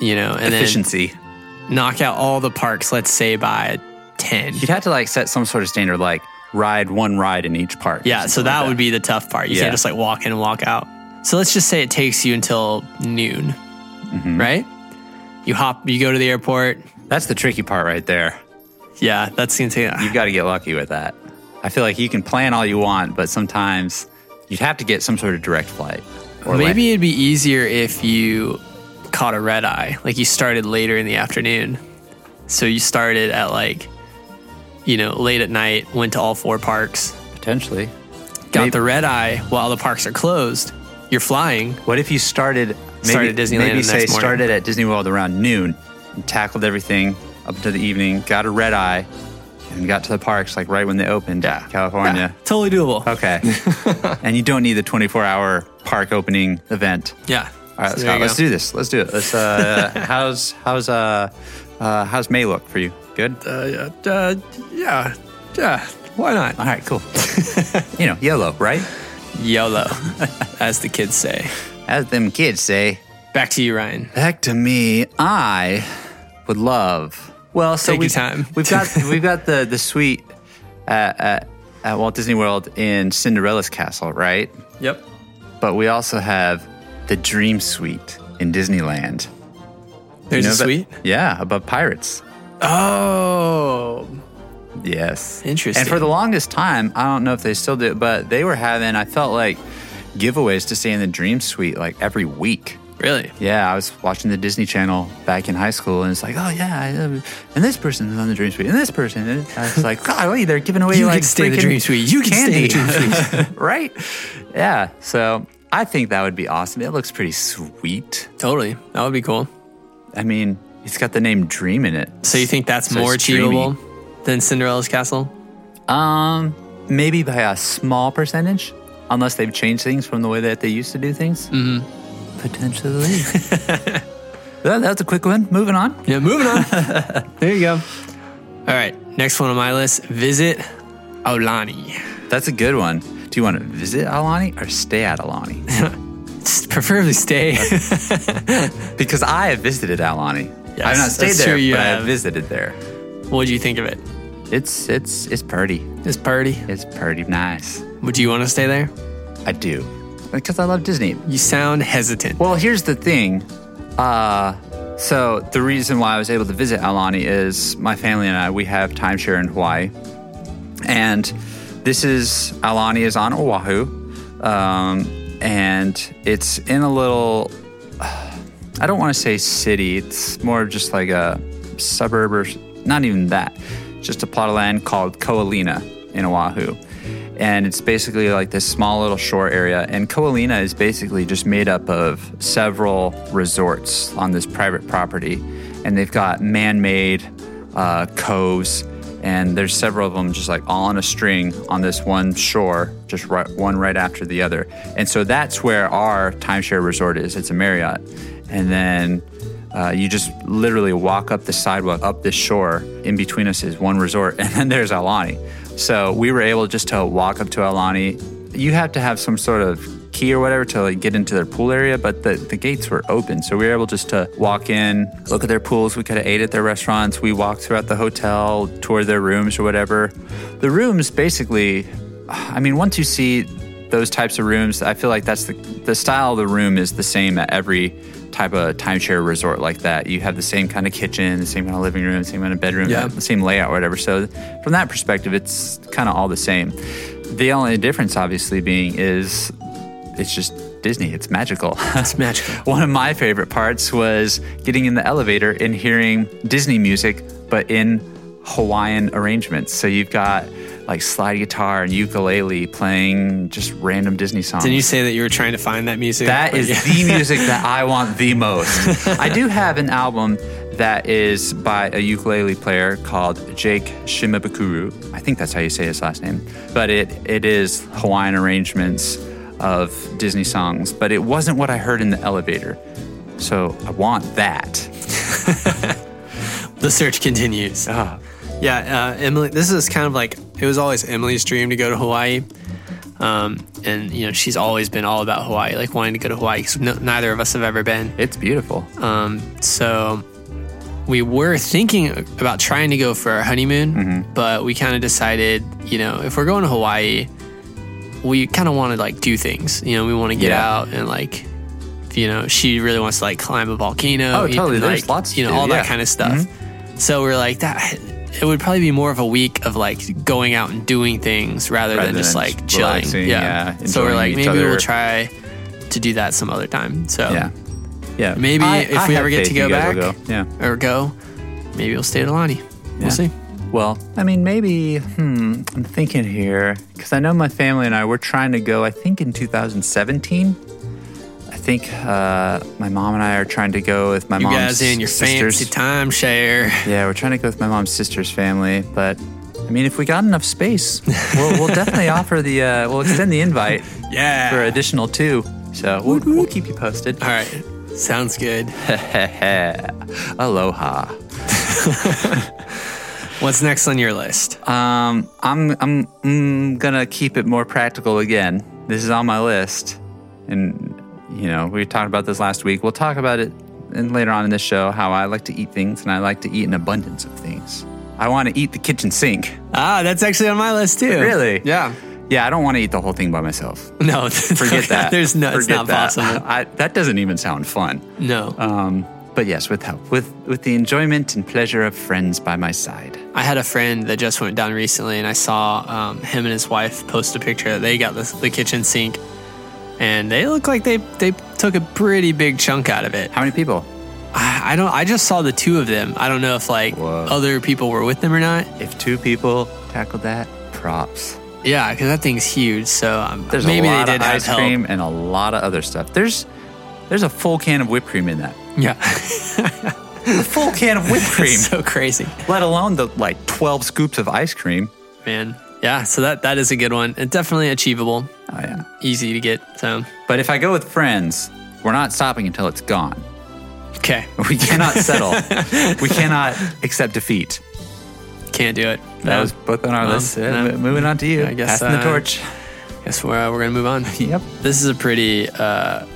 You know, and
efficiency.
then knock out all the parks. Let's say by ten.
You'd have to like set some sort of standard, like ride one ride in each park. or
Yeah, so
something
that
like
would be the tough part. You
Yeah.
can't just like walk in and walk out. So let's just say it takes you until noon,
Mm-hmm.
right? You hop, you go to the airport.
That's the tricky part right there.
Yeah, that's gonna take.
You've got to get lucky with that. I feel like you can plan all you want, but sometimes you'd have to get some sort of direct flight. Or land-
Maybe it'd be easier if you caught a red eye. Like you started later in the afternoon. So you started at like, you know, late at night, went to all four parks,
potentially.
got
Maybe-
the red eye while the parks are closed. You're flying.
What if you started maybe,
Started at Disneyland
Maybe
the
say
next morning.
started at Disney World around noon, and tackled everything up to the evening, got a red eye, and got to the parks like right when they opened. Yeah. California.
Totally doable.
Okay. and you don't need the 24 hour park opening event.
Yeah.
All right,
So there
Scott,
you
let's
go.
do this. Let's do it. Let's, uh, how's how's uh, uh, how's May look for you? Good.
Uh, yeah, uh, yeah, yeah. Why not?
All right, cool. you know, yellow, right?
YOLO, as the kids say.
As them kids say.
Back to you, Ryan.
Back to me. I would love. Well, so
Take your
we've,
time.
we've got we've got the the suite at, at, at Walt Disney World in Cinderella's castle, right?
Yep.
But we also have the Dream Suite in Disneyland.
There's
You know
a
that-
suite.
yeah, above pirates.
Oh,
Yes.
Interesting.
And for the longest time, I don't know if they still do, but they were having. I felt like giveaways to stay in the Dream Suite like every week.
really?
Yeah, I was watching the Disney Channel back in high school, and it's like, oh yeah, I, uh, and this person's on the Dream Suite, and this person. And I was like, God, wait, they're giving away
You can
like
stay in the
freaking
Dream Suite. You can stay in the
candy.
Dream
right? Yeah. So I think that would be awesome. It looks pretty sweet.
Totally. That would be cool.
I mean, it's got the name Dream in it.
So you think that's
So
more
it's dreamy.
achievable than Cinderella's castle?
Um, maybe by a small percentage, unless they've changed things from the way that they used to do things. Mm-hmm. Potentially. Well, that was a quick one. Moving on.
Yeah. Moving on. there you go. All right. Next one on my list: visit Aulani.
That's a good one. Do you want to visit Alani or stay at Alani?
Just preferably stay.
because I have visited Alani. I've not
Yes,
stayed
that's
there,
true, you
but I
have.
have visited there.
what do you think of it?
It's it's it's pretty.
This party?
It's pretty nice.
Would you want to stay there?
I do because I love Disney.
You sound hesitant.
Well, here's the thing. Uh, so the reason why I was able to visit Alani is my family and I we have timeshare in Hawaii, and this is Alani is on Oahu, um, and it's in a little I don't want to say city. It's more of just like a suburb or not even that. Just a plot of land called Koalina in Oahu. And it's basically like this small little shore area. And Koalina is basically just made up of several resorts on this private property. And they've got man made uh, coves. And there's several of them just like all on a string on this one shore, just right, one right after the other. And so that's where our timeshare resort is. It's a Marriott. And then uh, you just literally walk up the sidewalk, up this shore. In between us is one resort, and then there's Alani. So we were able just to walk up to Alani. You have to have some sort of key or whatever to like get into their pool area, but the, the gates were open. So we were able just to walk in, look at their pools. We could have ate at their restaurants. We walked throughout the hotel, toured their rooms or whatever. The rooms basically, I mean, once you see those types of rooms. I feel like that's the the style of the room is the same at every type of timeshare resort like that. You have the same kind of kitchen, the same kind of living room, the same kind of bedroom,
Yeah.
the same layout, whatever. So from that perspective, it's kind of all the same. The only difference, obviously, being is it's just Disney. It's magical.
It's magical.
One of my favorite parts was getting in the elevator and hearing Disney music, but in Hawaiian arrangements. So you've got like slide guitar and ukulele playing just random Disney songs.
Didn't you say that you were trying to find that music?
That
But
is
yeah.
the music that I want the most. I do have an album that is by a ukulele player called Jake Shimabukuro. I think that's how you say his last name. But it, it is Hawaiian arrangements of Disney songs. But it wasn't what I heard in the elevator. So I want that.
the search continues. Uh-huh. Yeah, uh, Emily. This is kind of like it was always Emily's dream to go to Hawaii, um, and you know she's always been all about Hawaii, like wanting to go to Hawaii. 'cause no, neither of us have ever been.
It's beautiful.
Um, so we were thinking about trying to go for our honeymoon,
Mm-hmm.
but we kind of decided, you know, if we're going to Hawaii, we kind of want to like do things. You know, we want to get
Yeah.
out and like, you know, she really wants to like climb a volcano.
Oh, totally.
and,
There's
like,
lots to
You know,
do,
all
yeah. Mm-hmm.
that kind of stuff. So we're like that. It would probably be more of a week of like going out and doing things rather,
Rather
than just
than
like
just
chilling.
relaxing,
yeah.
yeah,
So we're
enjoying
like,
each
maybe we'll
other.
try to do that some other time. So
Yeah. Yeah.
Maybe
I-
if
I
we
have
ever get to
faith you
go
guys
back
will go. Yeah.
or go, maybe we'll stay at Alani.
Yeah.
We'll see.
Well, I mean, maybe, hmm, I'm thinking here, because I know my family and I were trying to go, I think in 2017. I think uh, my mom and I are trying to go with my
You
mom's
guys in your
sisters.
fancy timeshare.
Yeah, we're trying to go with my mom's sister's family, but I mean, if we got enough space, we'll, we'll definitely offer the, uh, we'll extend the invite
Yeah.
for additional two. So we'll, we'll keep you posted.
All right. Sounds good.
Aloha.
What's next on your list?
Um, I'm I'm mm, gonna keep it more practical again. This is on my list, and you know we talked about this last week. We'll talk about it in, later on in this show. How I like to eat things, and I like to eat an abundance of things. I want to eat the kitchen sink.
Ah, that's actually on my list too.
Really?
Yeah.
Yeah, I don't want to eat the whole thing by myself.
No,
Forget that.
There's no, it's
Forget
not
that.
possible.
I, that doesn't even sound fun.
No.
Um, but yes, with help, with with the enjoyment and pleasure of friends by my side.
I had a friend that just went down recently, and I saw um, him and his wife post a picture that they got the, the kitchen sink, and they look like they they took a pretty big chunk out of it.
How many people?
I, I don't. I just saw the two of them. I don't know if like
Whoa.
other people were with them or not.
If two people tackled that, props.
Yeah, because that thing's huge. So um,
There's
maybe
a lot
they did
of
have
ice
help.
cream and a lot of other stuff. There's there's a full can of whipped cream in that.
Yeah,
A full can of whipped cream,
so crazy,
let alone the like 12 scoops of ice cream.
man. Yeah, so that that is a good one. It's definitely achievable,
Oh yeah.
easy to get. So
But if I go with friends, we're not stopping until it's gone.
okay,
We cannot settle. we cannot accept defeat.
can't do it.
That
No.
was both on our
No,
list. Yeah,
no.
mo- Moving on to you.
I guess,
Passing the
uh,
torch.
guess we're uh, we're gonna move on.
Yep.
This is a pretty uh,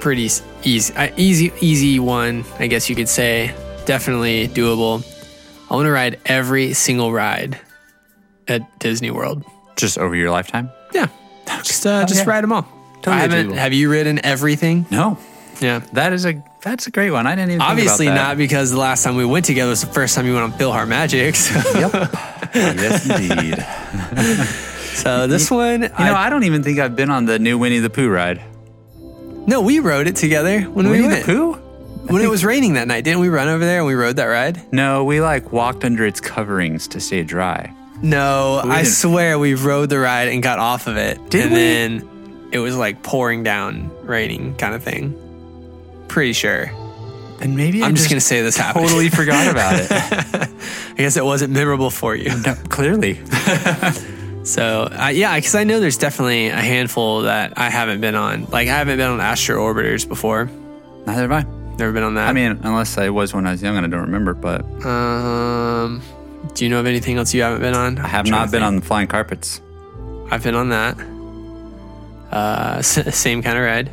pretty s- easy uh, easy easy one, I guess you could say. Definitely doable. I want to ride every single ride at Disney World.
Just over your lifetime?
Yeah, just uh, just
yeah.
ride them all.
Totally
I haven't,
achievable.
have you ridden everything?
No.
Yeah.
That is a that's a great one. I didn't even
Obviously
think
not
about
because the last time we went together was the first time you went on Billhar Magic. So,
that. yes indeed.
so this one,
You know,
I-
I don't even think I've been on the new Winnie the Pooh ride.
no, we rode it together when we
Winnie
went.
the Pooh?
When it was raining that night, didn't we run over there and we rode that ride?
No, we like walked under its coverings to stay dry.
No, I
didn't-
swear we rode the ride and got off of it.
Did
and
we?
then it was like pouring down, raining kind of thing. Pretty sure.
And maybe I
I'm just, gonna say this happened.
totally forgot about it.
I guess it wasn't memorable for you.
No, clearly,
So I yeah, because I know there's definitely a handful that I haven't been on. Like I haven't been on astro orbiters before.
neither have I.
Never been on that.
I mean, unless I was when I was young and I don't remember, but
um, do you know of anything else you haven't been on?
I have not been on flying carpets.
I've been on that. Uh, s- same kind of ride.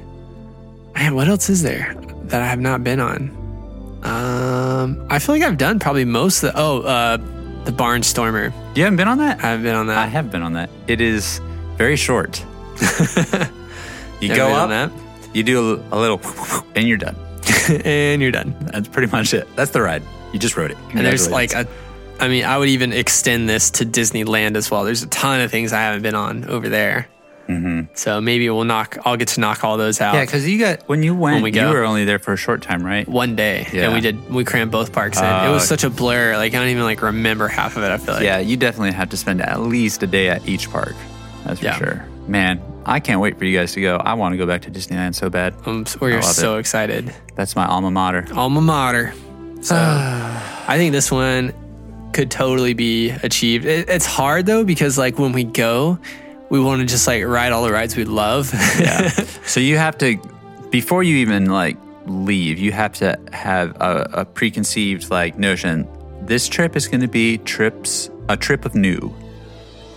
Man, what else is there that I have not been on? Um, I feel like I've done probably most of the. Oh, uh, the Barnstormer.
You haven't been on that?
I have been on
I
that.
have been on that. It is very short. you
Never
go
been on
up, you do a, a little, and you're done.
that. and you're done.
That's pretty much it. That's the ride. You just rode it.
And there's like
Congratulations.
a. I mean, I would even extend this to Disneyland as well. There's a ton of things I haven't been on over there.
Mm-hmm.
So maybe we'll knock. I'll get to knock all those out.
yeah, because you got when you went,
we
you
go.
were only there for a short time, right?
one day
Yeah.
and we did we crammed both parks in it was
Uh,
such a blur like i don't even like remember half of it i feel like
Yeah, you definitely have to spend at least a day at each park. That's for
Yeah.
sure. Man, I can't wait for you guys to go. I want to go back to Disneyland so bad.
um, so we
I
were
love
so excited
That's my alma mater.
alma mater so i think this one could totally be achieved it, it's hard though because like when we go we want to just like ride all the rides we love yeah
So you have to, before you even like leave, you have to have a, a preconceived like notion. This trip is going to be trips, a trip of new.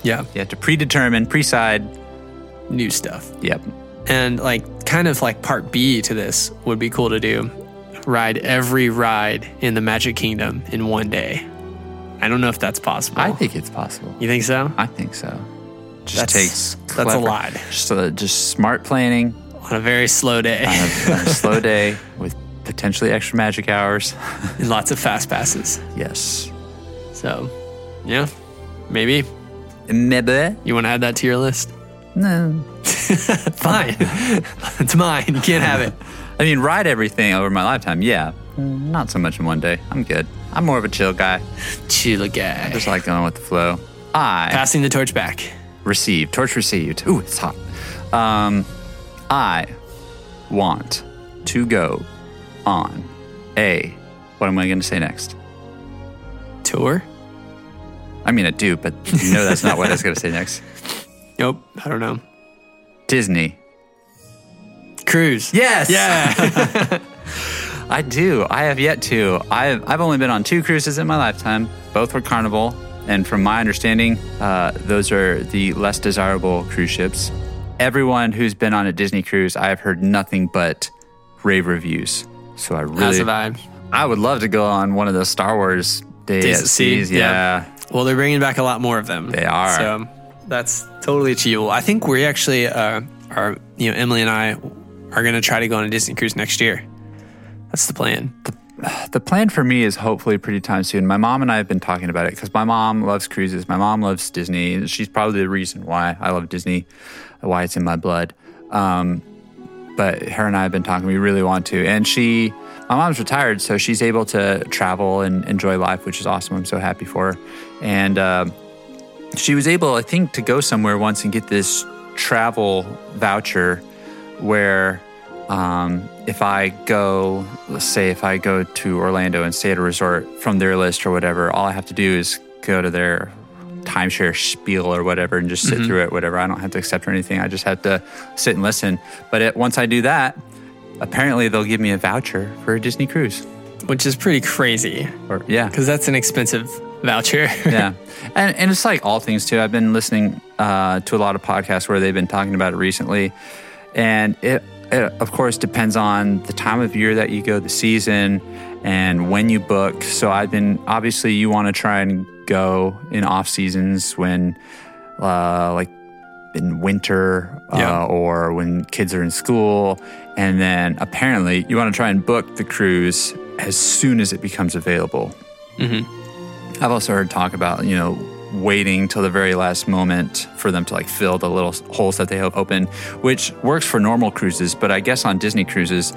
yeah
You have to predetermine, pre-side.
new stuff
Yep.
and like kind of like part b to this would be cool to do ride every ride in the magic kingdom in one day i don't know if that's possible
I think it's possible.
you think so
I think so. Just
That's-
takes
that's a lot.
Just uh, just smart planning
on a very slow
on
day
a, on a slow day with potentially extra magic hours.
and lots of fast passes.
yes.
So, yeah, maybe
Maybe.
you want to add that to your list.
No.
Fine, it's mine. You can't have it.
I mean, ride everything over my lifetime. Yeah. Not so much in one day. I'm good. I'm more of a chill guy.
Chula guy.
Just like going with the flow. I
Passing the torch back.
receive. Torch received. Ooh, it's hot. Um, I want to go on a. What am I going to say next?
Tour?
I mean, I do, but you know that's not what I was going to say next.
Nope. I don't know.
Disney.
Cruise.
Yes.
Yeah.
I do. I have yet to. I've, I've only been on two cruises in my lifetime. Both were Carnival. And from my understanding, uh, those are the less desirable cruise ships. Everyone who's been on a Disney cruise, I've heard nothing but rave reviews. So I
That's
really,
a vibe.
I would love to go on one of those Star Wars days
Days
at
at sea,
seas.
yeah.
Yeah.
Well, they're bringing back a lot more of them.
They are.
So that's totally achievable. I think we actually uh, are, you know, Emily and I are going to try to go on a Disney cruise next year. That's the plan.
The plan for me is hopefully pretty time soon. My mom and I have been talking about it because my mom loves cruises. My mom loves Disney. She's probably the reason why I love Disney, why it's in my blood. Um, but her and I have been talking. We really want to. And she, my mom's retired, so she's able to travel and enjoy life, which is awesome. I'm so happy for her. And um she was able, I think, to go somewhere once and get this travel voucher where um, if I go, let's say, if I go to Orlando and stay at a resort from their list or whatever, all I have to do is go to their timeshare spiel or whatever and just sit through it, whatever. I don't have to accept or anything. I just have to sit and listen. But it, once I do that, apparently they'll give me a voucher for a Disney cruise.
which is pretty crazy
Or yeah,
because that's an expensive voucher.
yeah and, and it's like all things too i've been listening uh, to a lot of podcasts where they've been talking about it recently and it, it of course depends on the time of year that you go the season and when you book so i've been obviously you want to try and go in off seasons when uh, like in winter uh,
Yeah.
or when kids are in school. And then apparently, you want to try and book the cruise as soon as it becomes available. I've also heard talk about, you know, waiting till the very last moment for them to like fill the little holes that they have open, which works for normal cruises. But I guess on Disney cruises,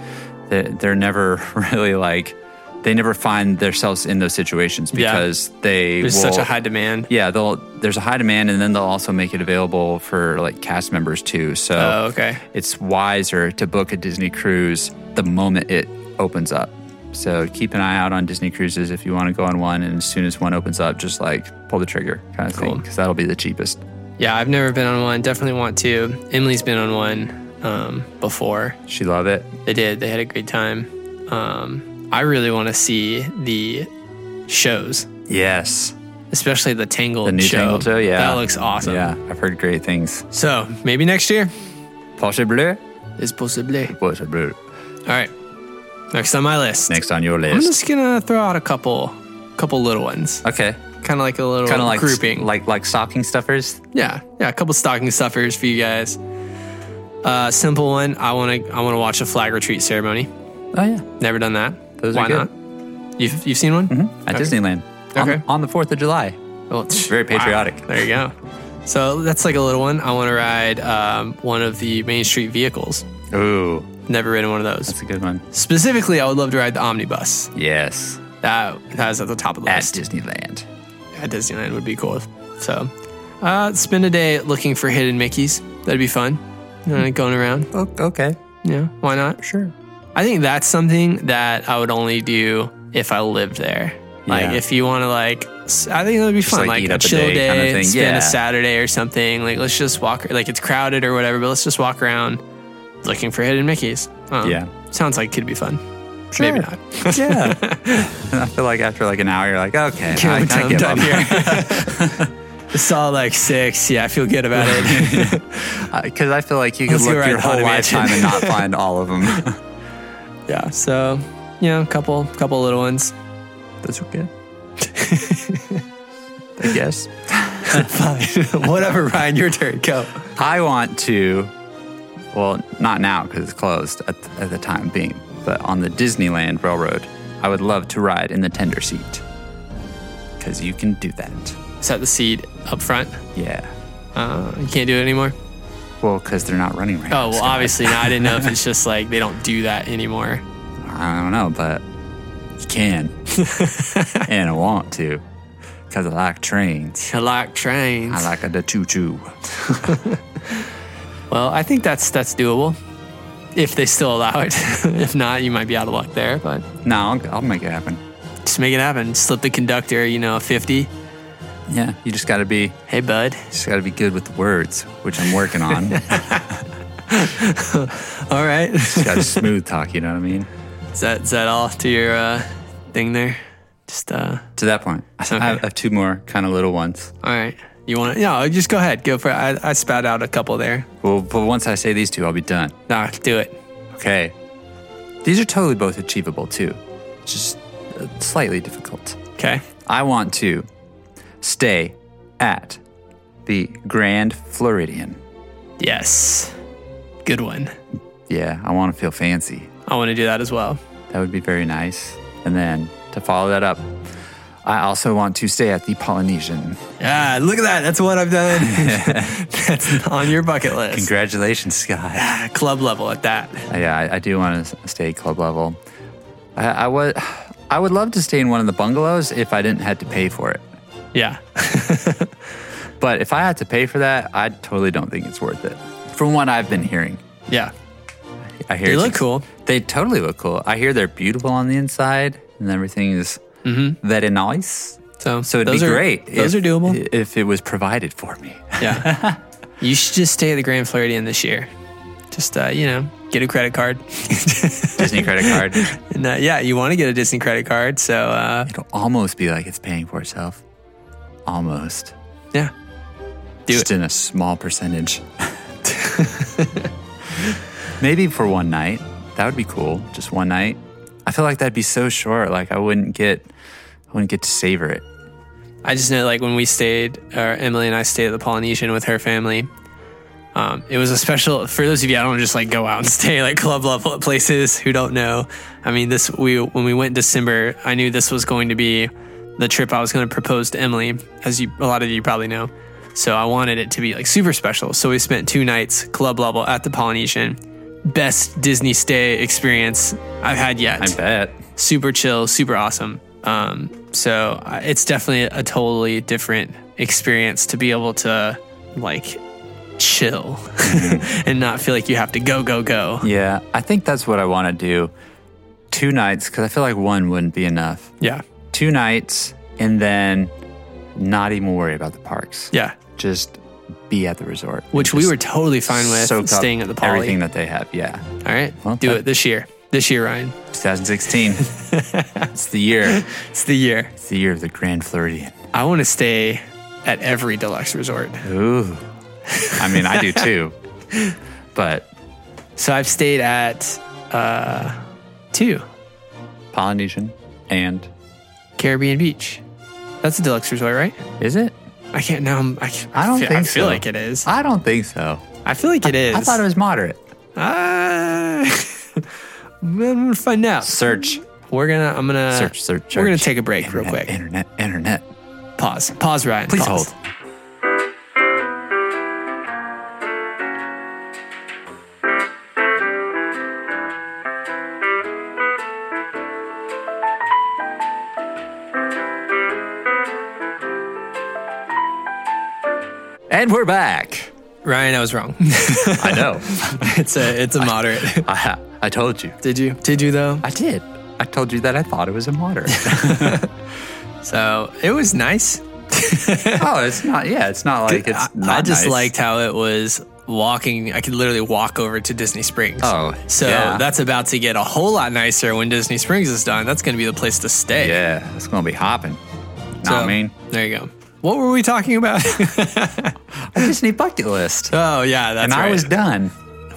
they're, they're never really like they never find themselves in those situations
Yeah.
because they
There's
will,
such a high demand.
yeah they'll there's a high demand and then they'll also make it available for like cast members too so
Oh, okay.
it's wiser to book a Disney cruise the moment it opens up. So keep an eye out on Disney cruises if you want to go on one. And as soon as one opens up, just like pull the trigger kind of thing,
Cool.
because that'll be the cheapest.
Yeah, I've never been on one. Definitely want to. Emily's been on one um, before.
She love it.
They did. They had a great time. Um, I really want to see the shows,
Yes.
especially the Tangled
The new
show.
Tangled show, yeah.
that looks awesome.
Yeah, I've heard great things.
So maybe next year
Porsche Bleu?
is possible.
Porsche Bleu.
All right, next on my list.
Next on your
I'm
list.
just gonna throw out a couple, couple little ones,
Okay.
kind of like a little
Kind of Uh, like
grouping,
like like stocking stuffers.
yeah, yeah, a couple stocking stuffers for you guys. Uh, simple one. I want to. I want to watch a flag retreat ceremony.
Oh yeah,
Never done that.
Those
Why
are good.
not? You've, you've seen one?
at
Okay.
Disneyland. On-
Okay.
On, the Fourth of July.
Well, it's
Very patriotic.
There you go. So that's like a little one. I want to ride um, one of the Main Street vehicles.
Ooh,
Never ridden one of those.
that's a good one.
Specifically, I would love to ride the omnibus.
Yes.
That that is at the top of the
At
list.
Disneyland.
at Disneyland would be cool. So, uh, spend a day looking for hidden Mickey's. That'd be fun. You know, going around.
Okay.
Yeah, why not? Sure. I think that's something that I would only do if I lived there. Like
Yeah.
if you want to like, s- I think that would be fun.
like,
Like,
eat
a
up a
chill
day
day,
kinda thing.
spend
Yeah.
a Saturday or something. Like let's just walk. Like it's crowded or whatever, but let's just walk around looking for hidden Mickey's. Um,
Yeah.
sounds like could be fun.
Sure.
Maybe not.
Yeah. I feel like after like an hour, you're like, okay, I, I
I'm done-
give
done
up.
here. Saw like six. Yeah, I feel good about it.
Because I feel like you could
Let's go
look
ride
your
the
whole
Haunted
lifetime and
Mansion.
not find all of them.
yeah. So, you know, couple couple little ones.
Those are good. I guess.
Fine. Whatever, Ryan. Your turn. Go.
I want to, well, not now because it's closed at, at the time being, but on the Disneyland Railroad, I would love to ride in the tender seat. Because you can do that.
set the seat up front.
Yeah.
Uh, you can't do it anymore.
Well, because they're not running right now.
Oh well,
Scott.
obviously not. I didn't know if it's just like they don't do that anymore.
I don't know, but you can. and I want to because I like trains.
I like trains.
I like the choo choo.
well, I think that's that's doable if they still allow it. if not, you might be out of luck there. But
No, I'll, I'll make it happen.
just make it happen. Slip the conductor, you know, a fifty.
Yeah, you just got to be
Hey, bud.
just got to be good with the words, which I'm working on. just
All right. is
got to smooth talk. You know what I mean?
that is that all to your uh, thing there? Just uh,
To that point, I, have, I have two more kind of little ones.
all right. You want to? No, just go ahead. Go for. it. I, I spat out a couple there.
Well, but once I say these two, I'll be done.
Nah, do it.
Okay, these are totally both achievable too. Just uh, slightly difficult.
Okay.
I want to stay at the Grand Floridian.
Yes. Good one.
Yeah, I want to feel fancy.
I want to do that as well.
That would be very nice. And then to follow that up, I also want to stay at the Polynesian.
Yeah, look at that. That's what I've done. That's on your bucket list.
Congratulations, Scott.
Ah, Club level at that.
yeah, I, I do want to stay club level. I, I would, I would love to stay in one of the bungalows if I didn't have to pay for it.
Yeah.
But if I had to pay for that, I totally don't think it's worth it. From what I've been hearing,
Yeah.
I hear
They
it's
look
ex-
cool.
They totally look cool. I hear they're beautiful on the inside, and everything is very nice.
So,
So it'd
Mm-hmm. those
be
are,
great.
Those
if-
are doable.
if it was provided for me.
yeah. You should just stay at the Grand Floridian this year. Just, uh, you know, get a credit card.
Disney credit card.
and, uh, yeah, you want to get a Disney credit card. So, uh,
It'll almost be like it's paying for itself. Almost.
yeah. Do
Just in a small percentage. Maybe for one night. That would be cool. Just one night. I feel like that'd be so short. Like I wouldn't get I wouldn't get to savor it.
I just know, like, when we stayed, or Emily and I stayed at the Polynesian with her family. Um, it was a special for those of you I don't just like go out and stay like club level at places who don't know. I mean, this we when we went in December, I knew this was going to be the trip I was going to propose to Emily, as you a lot of you probably know. So I wanted it to be like super special. So we spent two nights club level at the Polynesian, best Disney stay experience I've had yet.
I bet.
super chill, super awesome. Um, so I- it's definitely a totally different experience to be able to like chill
Mm-hmm.
and not feel like you have to go go go.
Yeah, I think that's what I want to do. Two nights, because I feel like one wouldn't be enough.
Yeah,
Two nights, and then not even worry about the parks.
yeah.
Just be at the resort.
Which we were totally fine
soak
with
up
staying at the Poly.
Everything that they have. Yeah.
All right,
Well,
do
that-
it this year. This year, Ryan.
2016. it's the year.
It's the year.
It's the year of the Grand Floridian.
I want to stay at every deluxe resort.
Ooh. I mean, I do too. But
So I've stayed at uh, two
Polynesian and
Caribbean Beach. That's a deluxe resort, right?
is it?
I can't now. I'm- I,
I don't
feel,
think
I feel
so.
like it is.
I don't think so.
I feel like it is.
I thought it was moderate.
Uh, we're gonna find out.
Search,
We're gonna. I'm gonna
search, search.
We're gonna
search.
take a break
internet,
real quick.
Internet, internet.
Pause. Pause, Ryan.
Please
Pause.
hold. And we're back.
Ryan, I was wrong.
I know.
it's a. It's a moderate.
I, I told you.
did you? Did you though?
I did. I told you that I thought it was a moderate.
So it was nice.
oh, it's not. Yeah, it's not like it's.
I,
not
I just
nice.
liked how it was walking. I could literally walk over to Disney Springs.
Oh,
so
yeah.
that's about to get a whole lot nicer when Disney Springs is done. That's gonna be the place to stay.
Yeah, it's gonna be hopping. Know
So,
what I mean,
there you go. What were we talking about?
I just need bucket list,
oh yeah, that's
and
right.
I was done.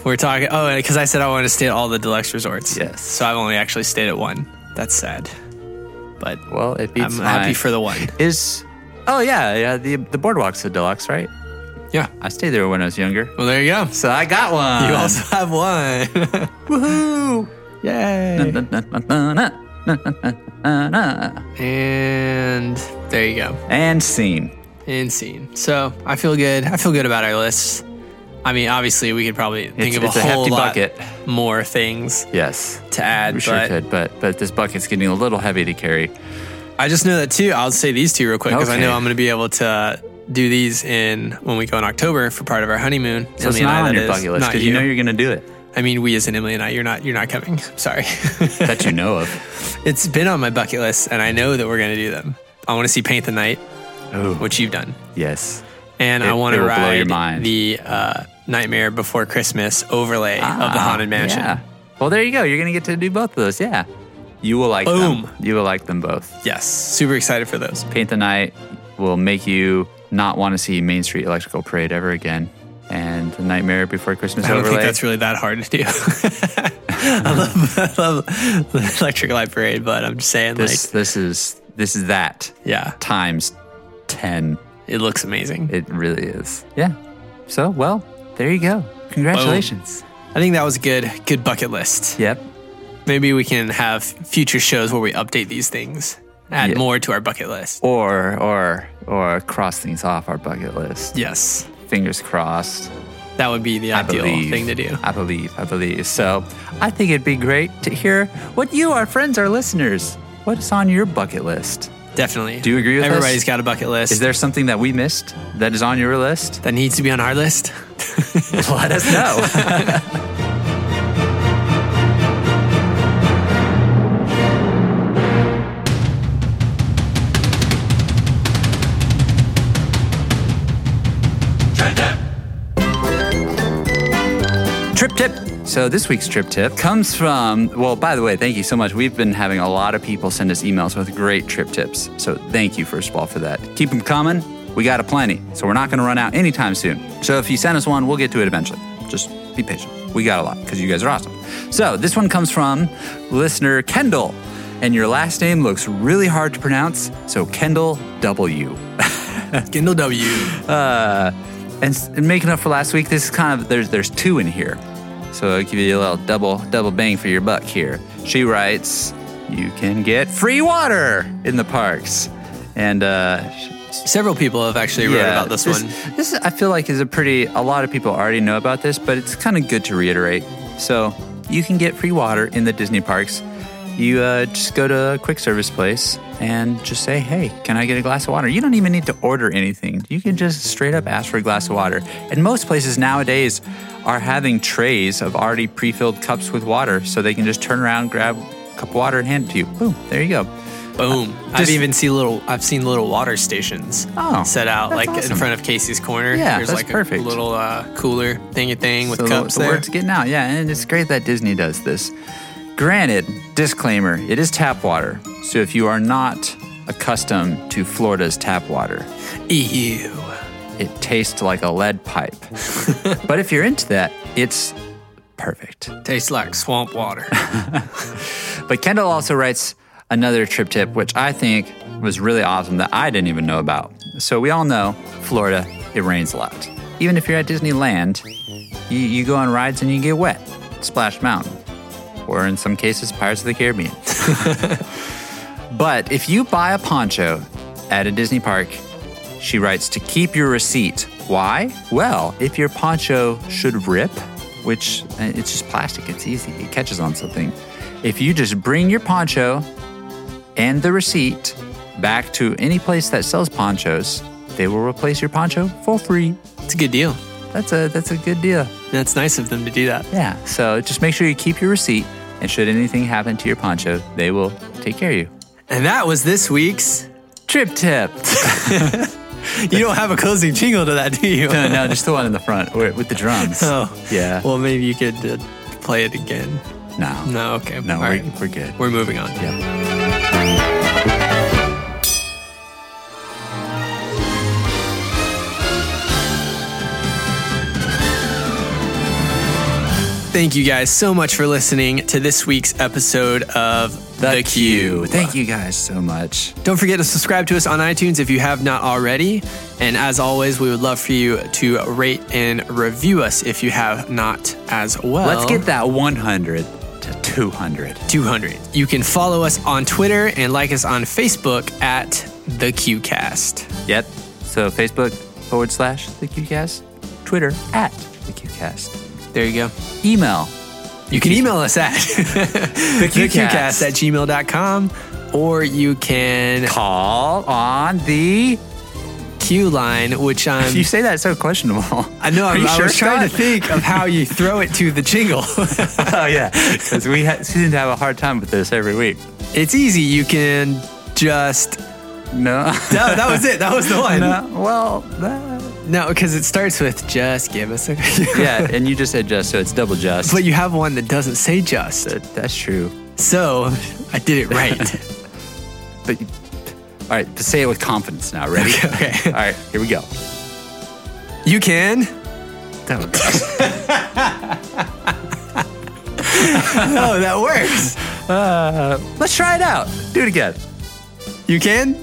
We're talking. Oh, because I said I wanted to stay at all the deluxe resorts.
Yes.
So I've only actually stayed at one. That's sad. But
Well, it beats
I'm
my-
happy for the one.
is. Oh yeah, yeah. The the boardwalk's a deluxe, right?
Yeah.
I stayed there when I was younger,
Well, there you go.
so I got one.
You also have one.
woohoo!
Yay! And there you go.
And scene.
End scene. So I feel good. I feel good about our list. I mean, obviously, we could probably think
It's-
of
it's
a
a
whole
hefty
lot
bucket.
more things
Yes,
to add.
we sure
but
could, but but this bucket's getting a little heavy to carry.
I just know that too. I'll say these two real quick because I know
Okay.
I'm going to be able to do these in when we go in October for part of our honeymoon.
So it's
Emily and I,
not on
that
your
is.
bucket list
Not
because you know you're gonna do it.
I mean, we as in Emily and I. You're not. You're not coming. Sorry.
That you know of.
it's been on my bucket list, and I know that we're going to do them. I want to see Paint the Night,
Ooh.
which you've done,
Yes.
and I
It-
want
it
to
will blow your
ride
mind.
the uh, Nightmare Before Christmas overlay of the
Ah,
Haunted Mansion.
Yeah. Well, there you go. You're gonna get to do both of those. Yeah. You will like
Boom.
them. You will like them both.
Yes, super excited for those.
Paint the night will make you not want to see Main Street Electrical Parade ever again. And the Nightmare Before Christmas
I don't
overlay.
think that's really that hard to do. I love, I love the Electric Light Parade, but I'm just saying,
this
like,
this is this is that
yeah,
times ten.
it looks amazing.
It really is. Yeah. So well, there you go. Congratulations.
I think that was a good good bucket list.
Yep.
Maybe we can have future shows where we update these things, add
Yeah.
more to our bucket list.
Or or or cross things off our bucket list.
Yes,
Fingers crossed.
that would be the ideal thing to do.
I believe. I believe. So I think it'd be great to hear what you, our friends, our listeners, what is on your bucket list?
Definitely.
Do you agree with us?
Everybody's got a bucket list.
Is there something that we missed that is on your list?
that needs to be on our list?
Let us know. Trip tip. So this week's trip tip comes from. Well, by the way, thank you so much. We've been having a lot of people send us emails with great trip tips. So thank you first of all for that. Keep them coming. We got a plenty, so we're not going to run out anytime soon. So if you send us one, we'll get to it eventually. Just be patient. We got a lot because you guys are awesome. So this one comes from listener Kendall, and your last name looks really hard to pronounce. So Kendall W.
Kindle W.
And s- and making up for last week, this is kind of there's there's two in here, so I'll give you a little double double bang for your buck here. She writes, "You can get free water in the parks," and uh,
Several people have actually wrote about this, one.
This is, I feel like is a pretty a lot of people already know about this, but it's kind of good to reiterate So you can get free water in the Disney parks. You uh, just go to a quick service place and just say, hey, can I get a glass of water? You don't even need to order anything. You can just straight up ask for a glass of water. And most places nowadays are having trays of already pre filled cups with water so they can just turn around, grab a cup of water, and hand it to you. Boom, there you go.
Boom. I've
Just-
even seen little. I've seen little water stations
Oh,
set out
that's
like
awesome.
in front of Casey's corner.
Yeah,
there's
that's
like
perfect.
a little uh, cooler thingy thing with
So the-
cups
the,
there.
word's getting out. Yeah, and it's great that Disney does this. Granted, disclaimer: it is tap water. So if you are not accustomed to Florida's tap water,
Ew.
it tastes like a lead pipe. but if you're into that, it's perfect.
Tastes like swamp water.
But Kendall also writes another trip tip, which I think was really awesome that I didn't even know about. So we all know Florida, it rains a lot. Even if you're at Disneyland, you, you go on rides and you get wet, Splash Mountain, or in some cases, Pirates of the Caribbean. but if you buy a poncho at a Disney park, she writes to keep your receipt. Why? Well, if your poncho should rip, which uh, it's just plastic, it's easy, it catches on something. If you just bring your poncho and the receipt back to any place that sells ponchos, they will replace your poncho for free.
It's a good deal.
That's a that's a good deal.
That's nice of them to do that.
Yeah. So just make sure you keep your receipt, and should anything happen to your poncho, they will take care of you.
And that was this week's.
Trip tip.
You don't have a closing jingle to that, do you?
no, no, just the one in the front where- with the drums.
Oh.
yeah.
Well, maybe you could uh, play it again.
no, no,
No, okay.
no,
All
we're,
right.
we're good.
We're moving on.
yeah.
Thank you guys so much for listening to this week's episode of The, Q.
Thank you guys so much.
Don't forget to subscribe to us on iTunes if you have not already. And as always, we would love for you to rate and review us if you have not as well.
Let's get that 100 to 200.
200. You can follow us on Twitter and like us on Facebook at The QCast.
Yep. So Facebook forward slash the QCast, Twitter at the QCast,
There you go.
email.
You can email us at TheQcast at gmail.com or you can
Call on the.
Q line, which I'm.
You say that so questionable.
I know.
Are
I'm,
you
I
sure
was
it's
trying
not?
to think of how you throw it to the jingle.
oh yeah, because we ha- seem to have a hard time with this every week.
it's easy. You can just.
No.
No, that was it. That was the one.
no. Well. that-
No, because it starts with just give us a.
yeah, and you just said just, so it's double just.
But you have one that doesn't say just.
That- that's true.
So I did it right.
But you- all right, but say it with confidence now. Ready?
Okay, okay.
All right, here we go.
you can. no, Oh, that works.
Let's try it out. Do it again.
You can?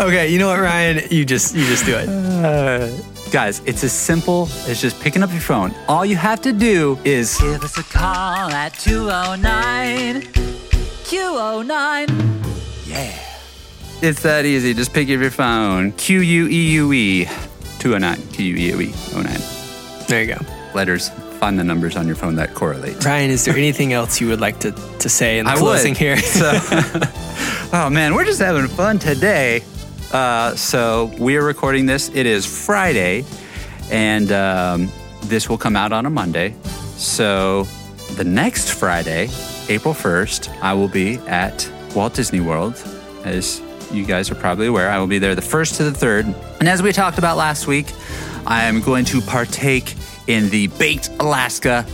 okay, you know what, Ryan? You just you just do it.
Guys, it's as simple as just picking up your phone. All you have to do is
Give us a call at 209 209.
it's that easy. Just pick up your phone. Q U E U E 209. Q U E U E 09.
There you go.
Letters. Find the numbers on your phone that correlate.
Ryan, is there anything else you would like to, to say in the
I
closing
would.
here?
So, oh man, we're just having fun today. Uh, so we are recording this. It is Friday, and um, this will come out on a Monday. So the next Friday, April first, I will be at Walt Disney World, as you guys are probably aware. I will be there the first to the third, and as we talked about last week, I am going to partake in the Baked Alaska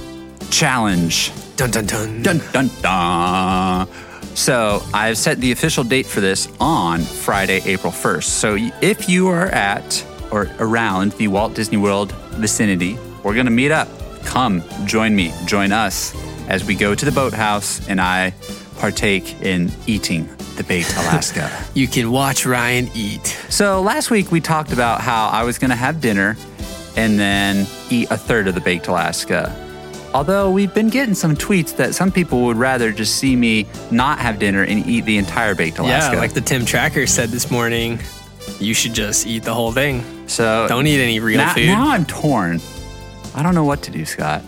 Challenge.
dun dun dun.
Dun dun dun. So I've set the official date for this on Friday, April 1st. So if you are at or around the Walt Disney World vicinity, we're going to meet up. Come join me, join us as we go to the boathouse and I partake in eating the baked Alaska.
You can watch Ryan eat.
so last week we talked about how I was going to have dinner and then eat a third of the baked Alaska. Although we've been getting some tweets that some people would rather just see me not have dinner and eat the entire baked Alaska.
Yeah, like the Tim Tracker said this morning, you should just eat the whole thing.
so
Don't eat any real
now,
food.
now I'm torn. I don't know what to do, Scott.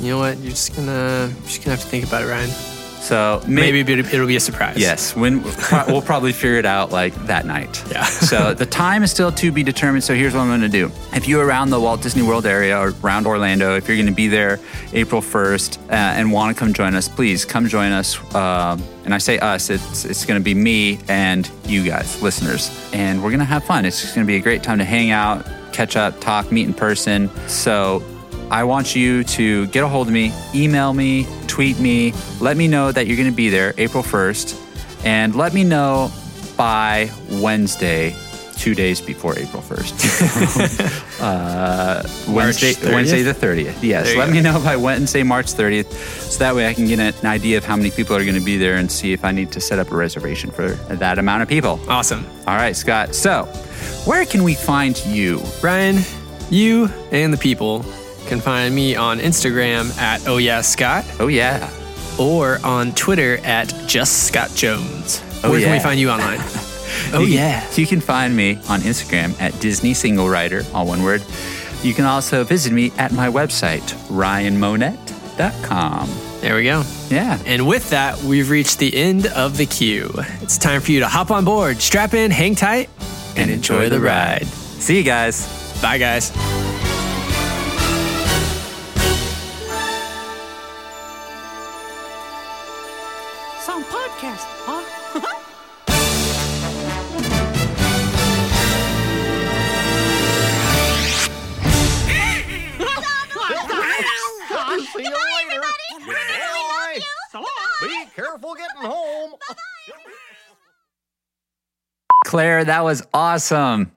You know what? You're just gonna you're just gonna have to think about it, Ryan.
So
Maybe it'll it'll be a surprise.
Yes, when pro- we'll probably figure it out like that night.
Yeah.
so the time is still to be determined. So here's what I'm going to do. If you're around the Walt Disney World area or around Orlando, if you're going to be there April 1st uh, and want to come join us, please come join us. Um, and I say us, it's it's going to be me and you guys, listeners, and we're going to have fun. It's just going to be a great time to hang out, catch up, talk, meet in person. So I want you to get a hold of me, email me, tweet me, let me know that you're going to be there April 1st, and let me know by Wednesday, two days before April 1st. uh, Wednesday,
30th?
Wednesday the 30th. Yes,
you
let
go.
me know by Wednesday, March 30th, so that way I can get an idea of how many people are going to be there and see if I need to set up a reservation for that amount of people.
Awesome.
All right, Scott. So, where can we find you?
Ryan, you and the people can find me on Instagram at Oh Yeah Scott
Oh, yeah.
or on Twitter at Just Scott Jones.
Oh,
Where can we
yeah.
find you online? oh
You-
yeah.
You can find me on Instagram at Disney Single Writer, all one word. You can also visit me at my website, ryanmonette.com.
There we go.
Yeah.
And with that, we've reached the end of the queue. It's time for you to hop on board, strap in, hang tight, and enjoy the ride.
See you guys.
Bye, guys.
Some podcast, huh?
See you later. Goodbye. Be careful getting home.
Claire, that was awesome.